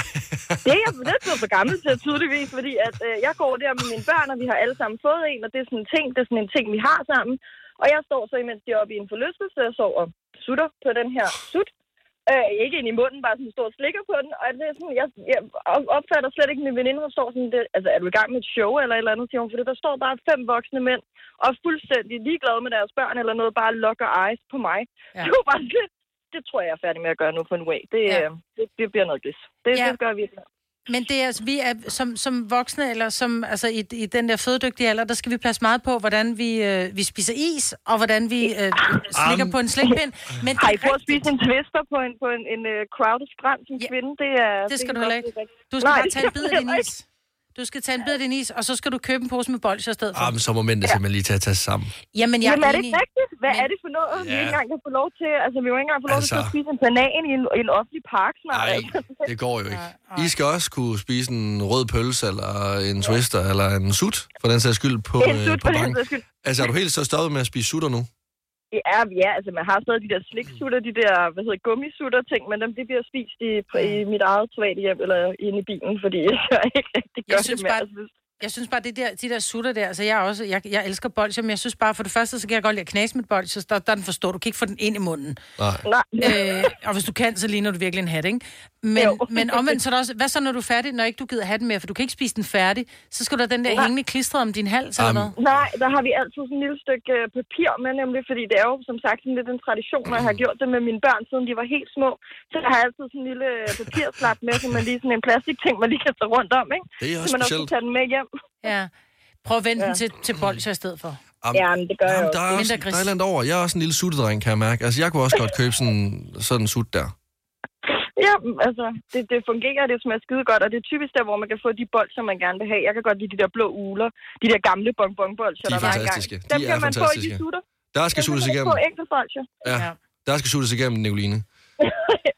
Speaker 13: Det er jeg lidt blevet for gammel til, tydeligvis, fordi at, øh, jeg går der med mine børn, og vi har alle sammen fået en, og det er sådan en ting, det er sådan en ting, vi har sammen. Og jeg står så, imens de er oppe i en forlystelse, og sover og sutter på den her sut. Øh, ikke ind i munden, bare sådan en stor slikker på den. Og det er sådan, jeg, jeg op- opfatter slet ikke min veninde, hun står sådan, det, altså er du i gang med et show eller et eller andet, siger hun, fordi der står bare fem voksne mænd, og er fuldstændig ligeglade med deres børn eller noget, bare lokker eyes på mig.
Speaker 1: Ja.
Speaker 13: Ja. Det var bare sådan, lidt, det tror jeg, jeg er færdig med at gøre nu for en way. Det,
Speaker 1: Ja.
Speaker 13: ja. det, det bliver noget gris. Det,
Speaker 1: Ja.
Speaker 13: ja. det gør vi ikke.
Speaker 1: Men det er, altså, vi er som, som voksne, eller som, altså, i, i den der fødedygtige alder, der skal vi passe meget på, hvordan vi, øh, vi spiser is, og hvordan vi øh, slikker
Speaker 13: Am.
Speaker 1: på en slikpind. Men
Speaker 13: Har I prøvet at spise en twister på en, på en, en uh, crowded strand som ja. kvinde? Det, er,
Speaker 1: det skal
Speaker 13: kan
Speaker 1: du
Speaker 13: godt
Speaker 1: heller ikke.
Speaker 13: blive rigtig-
Speaker 1: Du skal
Speaker 13: Nej,
Speaker 1: bare
Speaker 13: det
Speaker 1: tage en
Speaker 13: skal
Speaker 1: bid
Speaker 13: du
Speaker 1: af din
Speaker 13: heller
Speaker 1: is. Du skal tage en bid af din is, og så skal du købe en pose med bolsjer i stedet for.
Speaker 2: Ah, men så må mændene ja. simpelthen lige tage, tage sig sammen.
Speaker 1: Jamen, jeg
Speaker 13: Jamen, er
Speaker 1: er
Speaker 13: det
Speaker 1: enig.
Speaker 13: ikke rigtigt? Hvad er det for noget, vi
Speaker 2: Ja.
Speaker 13: ikke engang kan få lov til? Altså, vi har ikke engang få lov til
Speaker 2: Altså.
Speaker 13: at spise en banan i en, i en offentlig park snart.
Speaker 2: Nej,
Speaker 13: altså.
Speaker 2: det går jo ikke. I skal også kunne spise en rød pølse, eller en twister, eller en sut, for den sags skyld, på,
Speaker 13: En sut,
Speaker 2: øh, på
Speaker 13: for den
Speaker 2: banken.
Speaker 13: sags skyld.
Speaker 2: Altså, er du helt så stoppet med at spise sutter nu?
Speaker 13: Ja, ja, altså man har stadig de der sliksutter, de der, hvad hedder, gummisutter ting, men dem, de bliver spist i, i mit eget private hjem, eller inde i bilen, fordi jeg ikke rigtig gør
Speaker 1: Jeg synes
Speaker 13: det altså. mere.
Speaker 1: bare, jeg synes bare det der, de der sutter der, altså jeg, er også, jeg, jeg elsker bolsjer, men jeg synes bare, for det første, så kan jeg godt lide at knase mit bolsjer, så der, der er den for stor, du kan ikke få den ind i munden.
Speaker 2: Nej.
Speaker 1: Øh, og hvis du kan, så ligner du virkelig en hat, ikke? Men, men omvendt, så er der også, hvad så når du er færdig, når ikke du gider have den mere, for du kan ikke spise den færdig, så skal du have den der hængende klistret om din hals eller
Speaker 2: Jamen.
Speaker 1: noget.
Speaker 13: Nej, der har vi altid sådan et lille stykke øh, papir med, nemlig fordi det er jo som sagt sådan lidt en tradition, og jeg har gjort det med mine børn, siden de var helt små. Så jeg har altid sådan en lille øh, papirslap med, som man lige sådan en plastikting, man lige kan tage rundt om, ikke?
Speaker 2: Det er også
Speaker 13: så man også kan
Speaker 2: specielt.
Speaker 13: tage den med hjem.
Speaker 1: Ja. Prøv at vende ja. den til, til bolsjer i stedet for.
Speaker 2: Jamen,
Speaker 13: Jamen, det gør jeg
Speaker 2: Jamen,
Speaker 13: også.
Speaker 2: der er, også, der er et eller andet over. Jeg er også en lille suttedreng, kan jeg mærke. Altså, jeg kunne også godt købe sådan, sådan en sut der.
Speaker 13: Ja, altså, det, det fungerer, det smager skide godt, og det er typisk der, hvor man kan få de bold, som man gerne vil have. Jeg kan godt lide de der blå uler, de der gamle bonbonbold,
Speaker 2: De er
Speaker 13: der var engang.
Speaker 2: fantastiske. De
Speaker 13: Dem
Speaker 2: er
Speaker 13: kan man få i de
Speaker 2: fantastiske.
Speaker 13: sutter.
Speaker 2: Der skal suttes
Speaker 13: Man kan
Speaker 2: igennem.
Speaker 13: få ægte bolcher.
Speaker 2: Ja. Der skal suttes igennem, Nicoline.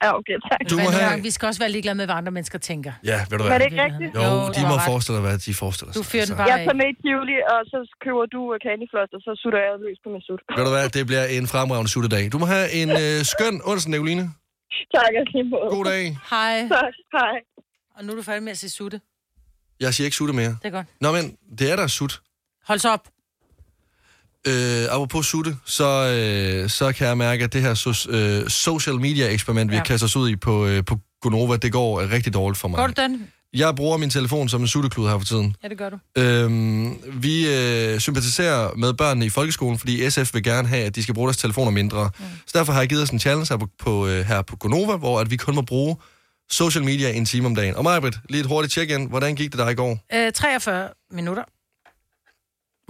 Speaker 13: ja, okay, tak.
Speaker 2: Du må have...
Speaker 1: Vi skal også være ligeglade med, hvad andre mennesker tænker.
Speaker 2: Ja, ved du hvad?
Speaker 13: Var det ikke rigtigt?
Speaker 2: Jo,
Speaker 13: Jo,
Speaker 2: de
Speaker 13: du
Speaker 2: må
Speaker 13: har ret.
Speaker 2: forestille dig, hvad de forestiller sig.
Speaker 1: Du fyrer den bare
Speaker 13: Jeg
Speaker 1: af.
Speaker 13: tager med i Tivoli, og så køber du øh, candyfloss, og så sutter jeg løs på min sut.
Speaker 2: Ved du hvad? Det bliver en fremragende suttedag. Du må have en øh, skøn onsdag, Nicoline.
Speaker 13: Tak, jeg lige måde.
Speaker 2: God dag.
Speaker 1: Hej.
Speaker 13: Tak, hej.
Speaker 1: Og nu er du færdig med at se sutte.
Speaker 2: Jeg siger ikke sutte mere.
Speaker 1: Det er godt.
Speaker 2: Nå, men det er der sut.
Speaker 1: Hold så op.
Speaker 2: Øh, apropos sutte, så, øh, så kan jeg mærke, at det her so- øh, social media eksperiment, vi
Speaker 1: Ja.
Speaker 2: ja. kaster os ud i på, øh, på Gonova, det går øh, rigtig dårligt for mig.
Speaker 1: Går du den?
Speaker 2: Jeg bruger min telefon som en sutteklud her for tiden.
Speaker 1: Ja, det gør du.
Speaker 2: Øhm, vi øh, sympatiserer med børnene i folkeskolen, fordi SF vil gerne have, at de skal bruge deres telefoner mindre. Mm. Så derfor har jeg givet os en challenge her på, på, øh, her på Gonova, hvor at vi kun må bruge social media en time om dagen. Og Majbrit, lige et hurtigt check-in. Hvordan gik det dig i går?
Speaker 1: Øh, 43 minutter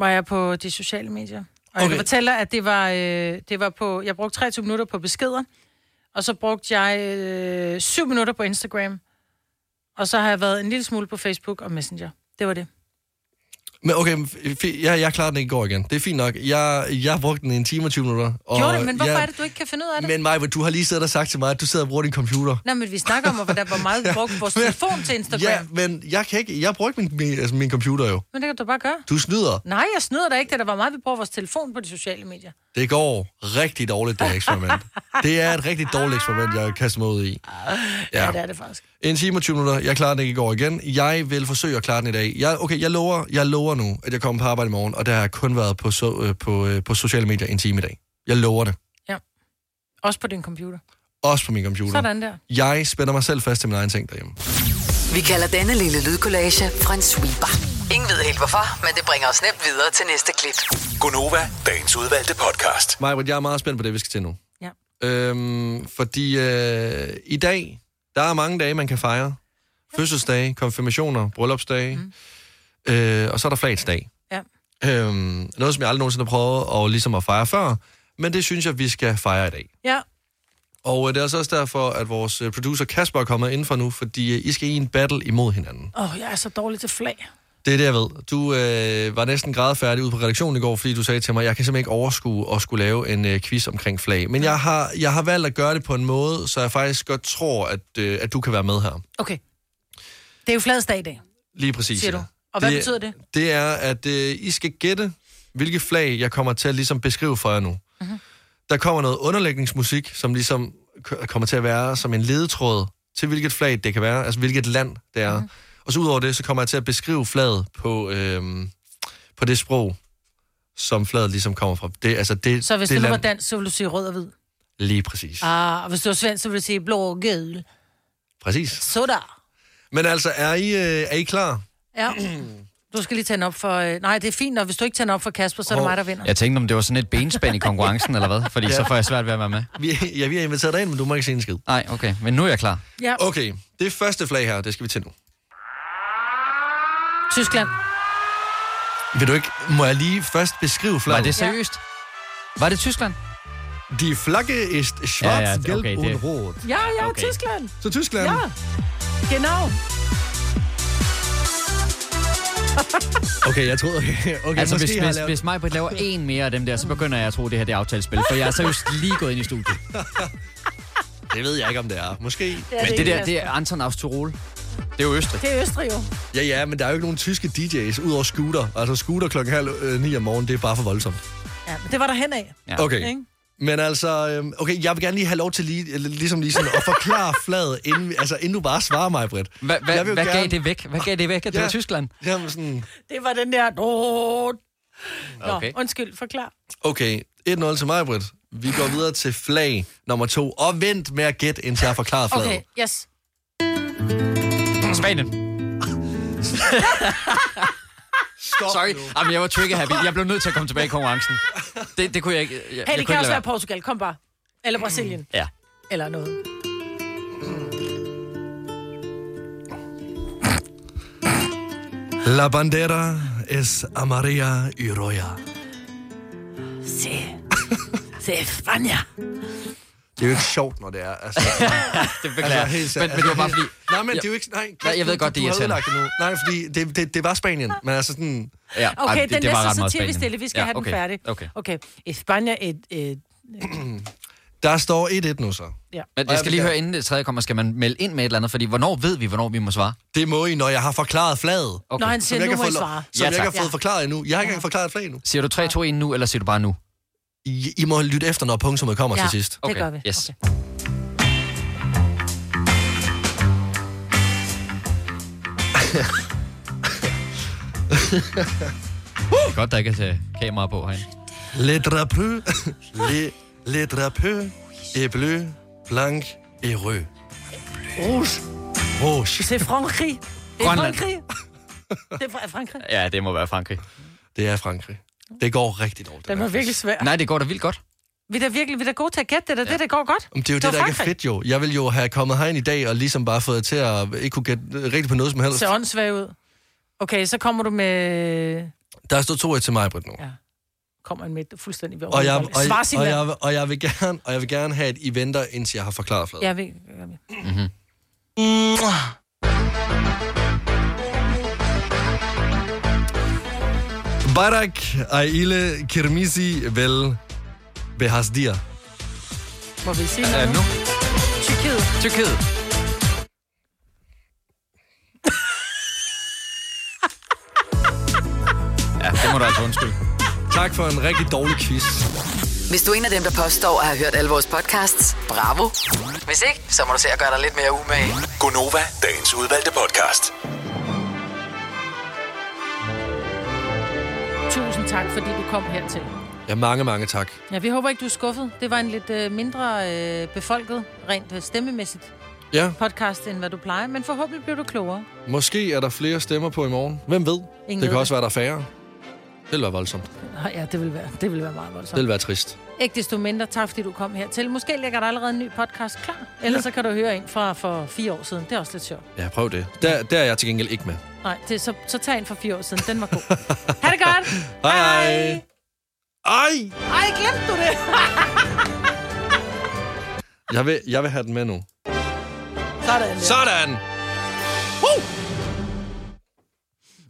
Speaker 1: var jeg på de sociale medier. Og okay. jeg
Speaker 2: Okay.
Speaker 1: kan fortælle dig, at det var, øh, det var på... Jeg brugte 23 minutter på beskeder, og så brugte jeg øh, 7 minutter på Instagram, og så har jeg været en lille smule på Facebook og Messenger. Det var det.
Speaker 2: Men okay, men fi- jeg, jeg klarede den ikke i går igen. Det er fint nok. Jeg, jeg brugte den i en time og 20 minutter. Og
Speaker 1: Og, Gjorde det, men hvorfor
Speaker 2: jeg,
Speaker 1: ja, er det, du ikke kan finde ud af det?
Speaker 2: Men Majbrit, du har lige siddet og sagt til mig, at du sidder og bruger din computer.
Speaker 1: Nå, men vi snakker om, hvordan, hvor meget vi brugte vores telefon til Instagram.
Speaker 2: Ja, men jeg kan ikke... Jeg brugte min, min, altså min computer jo.
Speaker 1: Men det kan du bare gøre.
Speaker 2: Du snyder.
Speaker 1: Nej, jeg snyder dig ikke. Det er da, hvor meget vi bruger vores telefon på de sociale medier.
Speaker 2: Det går rigtig dårligt, det her eksperiment. det er et rigtig dårligt eksperiment, jeg kaster mig ud i.
Speaker 1: Ja, ja det er det faktisk.
Speaker 2: En time og 20 minutter. Jeg klarede den ikke i går igen. Jeg vil forsøge at klare den i dag. Jeg, okay, jeg lover, jeg lover nu, at jeg kommer på arbejde i morgen, og der har jeg kun været på, so, øh, på, øh, på sociale medier en time i dag. Jeg lover det.
Speaker 1: Også på din computer.
Speaker 2: Også på min computer.
Speaker 1: Sådan der.
Speaker 2: Jeg spænder mig selv fast til min egen ting derhjemme.
Speaker 4: Vi kalder denne lille lydkollage Frans sweeper. Ingen ved helt hvorfor, men det bringer os nemt videre til næste klip.
Speaker 5: Gunova, dagens udvalgte podcast.
Speaker 2: Maja, jeg er meget spændt på det, vi skal til nu. Ja. Øhm, fordi øh, i dag, der er mange dage, man kan fejre. Fødselsdage, konfirmationer, bryllupsdage, mm. øh, og så er der flagsdag.
Speaker 1: Ja.
Speaker 2: Øhm, noget, som jeg aldrig nogensinde har prøvet og ligesom at fejre før, men det synes jeg, vi skal fejre i dag.
Speaker 1: Ja.
Speaker 2: Og øh, det er altså også derfor, at vores øh, producer Kasper er kommet ind for nu, fordi øh, I skal i en battle imod hinanden.
Speaker 1: Åh, oh, jeg er så dårlig til flag.
Speaker 2: Det er det, jeg ved. Du øh, var næsten grædfærdig ude på redaktionen i går, fordi du sagde til mig, at jeg kan simpelthen ikke overskue at skulle lave en øh, quiz omkring flag. Men jeg har, jeg har valgt at gøre det på en måde, så jeg faktisk godt tror, at, øh, at du kan være med her.
Speaker 1: Okay. Det er jo fladsdag i dag,
Speaker 2: Lige præcis.
Speaker 1: siger
Speaker 2: ja.
Speaker 1: du. Og hvad
Speaker 2: det,
Speaker 1: betyder det?
Speaker 2: Det er, at øh, I skal gætte, hvilke flag jeg kommer til at ligesom beskrive for jer nu. Mm-hmm.
Speaker 1: Mhm.
Speaker 2: Der kommer noget underlægningsmusik, som ligesom k- kommer til at være som en ledetråd til, hvilket flag det kan være, altså hvilket land det er.
Speaker 1: Mhm.
Speaker 2: Mm-hmm. Og så udover det, så kommer jeg til at beskrive flaget på, øhm, på det sprog, som flaget ligesom kommer fra. Det, altså det,
Speaker 1: Så hvis det,
Speaker 2: det
Speaker 1: det nu var
Speaker 2: land,
Speaker 1: dansk, så ville du sige rød og hvid.
Speaker 2: Lige præcis.
Speaker 1: Ah, og hvis det var svensk, så ville du sige blå og gul.
Speaker 2: Præcis.
Speaker 1: Så der.
Speaker 2: Men altså, er I, øh, er I klar?
Speaker 1: Ja. Du skal lige tænde op for... Øh, nej, det er fint, og hvis du ikke tænder op for Kasper, så er det mig, der vinder.
Speaker 3: Jeg tænkte, om det var sådan et benspænd i konkurrencen, eller hvad? Fordi
Speaker 2: Ja.
Speaker 3: så får jeg svært ved at være med.
Speaker 2: Vi, ja, vi har inviteret dig ind, men du må ikke sige en skid.
Speaker 3: Nej, okay. Men nu er jeg klar.
Speaker 1: Ja.
Speaker 2: Okay, det første flag her, det skal vi til nu.
Speaker 1: Tyskland.
Speaker 2: Vil du ikke, må jeg lige først beskrive flaget?
Speaker 3: Var det seriøst? Var det Tyskland?
Speaker 2: De flagge ist schwarz, ja,
Speaker 3: Ja, ja,
Speaker 2: ja,
Speaker 3: okay,
Speaker 2: gelb
Speaker 3: det-
Speaker 2: und rot.
Speaker 1: Ja, ja,
Speaker 2: Okay.
Speaker 1: okay. Tyskland.
Speaker 2: Så Tyskland.
Speaker 1: Ja, genau.
Speaker 2: Okay, jeg troede... Okay, okay
Speaker 3: altså,
Speaker 2: måske har
Speaker 3: hvis,
Speaker 2: jeg
Speaker 3: hvis,
Speaker 2: lavet-
Speaker 3: hvis Majbrit laver en mere af dem der, så begynder jeg at tro, at det her det er aftalespil. For jeg er seriøst lige gået ind i studiet.
Speaker 2: Det ved jeg ikke, om det er. Måske. Det
Speaker 3: Men det, der, det er Anton Austerol. Det er jo Østrig.
Speaker 1: Det er Østrig jo.
Speaker 2: Ja, ja, men der er jo ikke nogen tyske DJ's ud over scooter. Altså scooter klokken halv øh, ni om morgenen, det er bare for voldsomt.
Speaker 1: Ja, men det var der hen af.
Speaker 2: Ja. Okay.
Speaker 1: Ikke?
Speaker 2: Men altså, øhm, okay, jeg vil gerne lige have lov til lige, eller ligesom lige sådan at forklare fladet, inden, vi- altså, inden du bare svarer mig, Britt.
Speaker 3: Hva, hva, hvad gav det væk? Hvad gav det væk, at det var Tyskland?
Speaker 2: Jamen sådan,
Speaker 1: Det var den der... Nå,
Speaker 2: Okay.
Speaker 1: undskyld, forklar.
Speaker 2: okay, 1-0 til mig, Britt. Vi går videre til flag nummer to, og vent med at gætte, indtil jeg har forklaret fladet.
Speaker 1: Okay, yes.
Speaker 3: Spanien. Stop Sorry, Jamen, jeg var trigger happy. Jeg blev nødt til at komme tilbage i konkurrencen. Det, det kunne jeg ikke. Jeg,
Speaker 1: Hey,
Speaker 3: jeg kunne
Speaker 1: det
Speaker 3: ikke
Speaker 1: kan
Speaker 3: lade
Speaker 1: også være
Speaker 3: være.
Speaker 1: Portugal. Kom bare. Eller Brasilien.
Speaker 3: Ja.
Speaker 1: Eller noget.
Speaker 2: La bandera es amarilla y roja.
Speaker 1: Se. Se, Spania.
Speaker 2: Det er jo ikke sjovt, når det er. Altså,
Speaker 3: det beklager jeg.
Speaker 2: helt-
Speaker 3: Men- men det var bare fordi-
Speaker 2: Nej, men det er jo
Speaker 3: Jeg-
Speaker 2: ikke... Nej,
Speaker 3: Nej, jeg ved
Speaker 2: du-
Speaker 3: godt, det
Speaker 2: du
Speaker 3: er
Speaker 2: har
Speaker 3: irriterende.
Speaker 2: ødelagt det nu. Nej, fordi det, det, det var Spanien, men altså sådan...
Speaker 3: Ja,
Speaker 1: Okay, den næste, så tiger vi stille. Vi skal have den færdig. okay. I Spanien et... et
Speaker 2: Der står 1-1 nu så.
Speaker 1: ja.
Speaker 3: Men jeg skal lige høre, inden det tredje kommer, skal man melde ind med et eller andet? Fordi hvornår ved vi, hvornår vi må svare?
Speaker 2: Det må I, når jeg har forklaret flaget.
Speaker 3: Okay.
Speaker 1: Når han siger,
Speaker 2: Som jeg
Speaker 1: nu
Speaker 2: ikke
Speaker 1: må
Speaker 2: har
Speaker 1: I
Speaker 2: fået lov-
Speaker 1: svare.
Speaker 2: Som jeg ikke har fået forklaret endnu. Jeg har ikke engang forklaret et flag endnu.
Speaker 3: Siger du 3, 2, 1 nu, eller siger du bare nu?
Speaker 2: I, I må lytte efter, når punktummet kommer
Speaker 1: Ja,
Speaker 2: til sidst.
Speaker 1: det Okay, gør vi.
Speaker 3: yes. Det er godt, der ikke er øh, kamera på herinde.
Speaker 2: Le drapeau, le, le drapeau est bleu, blanc et rød.
Speaker 1: Rouge.
Speaker 2: Rouge.
Speaker 1: Det er Frankrig. Det er
Speaker 3: Grønland.
Speaker 1: Frankrig. Det er fra- Frankrig.
Speaker 3: Ja, det må være Frankrig.
Speaker 2: Det er Frankrig. Det går rigtig dårligt.
Speaker 1: Den var virkelig svær.
Speaker 3: Nej, det går da vildt godt.
Speaker 1: Vi er da virkelig vi er da gode til at gætte det, der, ja. det, der går godt.
Speaker 2: Men det er jo det,
Speaker 1: var
Speaker 2: det der ikke er
Speaker 1: Frankrig.
Speaker 2: fedt jo. Jeg ville jo have kommet herind i dag og ligesom bare fået til at ikke kunne gætte rigtigt på noget som helst.
Speaker 1: Ser åndssvag ud. Okay, så kommer du med...
Speaker 2: Der står 2-1 til mig, Britt, nu.
Speaker 1: Ja. Kommer en med fuldstændig ved
Speaker 2: Og jeg, og, jeg- og,
Speaker 1: Svarsiland.
Speaker 2: jeg, og, jeg vil gerne, og jeg vil gerne have, at I venter, indtil jeg har forklaret fladet.
Speaker 1: Jeg ved... jeg ved.
Speaker 2: Mm-hmm.
Speaker 1: Mm.
Speaker 2: Barak Aile Kirmisi Vel Behasdir.
Speaker 1: Må vi sige noget?
Speaker 3: nu?
Speaker 1: Tyrkiet.
Speaker 3: Tyrkiet. Ja, det må du altså undskylde.
Speaker 2: Tak for en rigtig dårlig quiz.
Speaker 4: Hvis du er en af dem, der påstår at have hørt alle vores podcasts, bravo. Hvis ikke, så må du se at gøre dig lidt mere umage.
Speaker 5: Gunova, dagens udvalgte podcast.
Speaker 1: Tusind tak, fordi du kom hertil.
Speaker 2: Ja, mange, mange tak.
Speaker 1: Ja, vi håber ikke, du er skuffet. Det var en lidt øh, mindre øh, befolket, rent øh, stemmemæssigt.
Speaker 2: Ja.
Speaker 1: podcast, end hvad du plejer. Men forhåbentlig bliver du klogere.
Speaker 2: Måske er der flere stemmer på i morgen. Hvem ved?
Speaker 1: Ingen
Speaker 2: det
Speaker 1: ved
Speaker 2: kan også være, der er færre. Det ville være voldsomt. Det
Speaker 1: Nå, ja, det vil være, det vil være meget voldsomt.
Speaker 2: ville være trist.
Speaker 1: Ikke desto mindre, tak fordi du kom hertil. Måske ligger der allerede en ny podcast klar. Ellers ja. så kan du høre en fra for fire år siden. Det er også lidt sjovt.
Speaker 2: Ja, prøv det. Der, der er jeg til gengæld ikke med.
Speaker 1: Nej, det, er så, så tag en for fire år siden. Den var god. ha' det godt!
Speaker 2: Hej! Ej!
Speaker 1: Ej, glemte du det?
Speaker 2: Jeg vil, jeg vil have den med nu.
Speaker 1: Sådan.
Speaker 2: Sådan! Uh!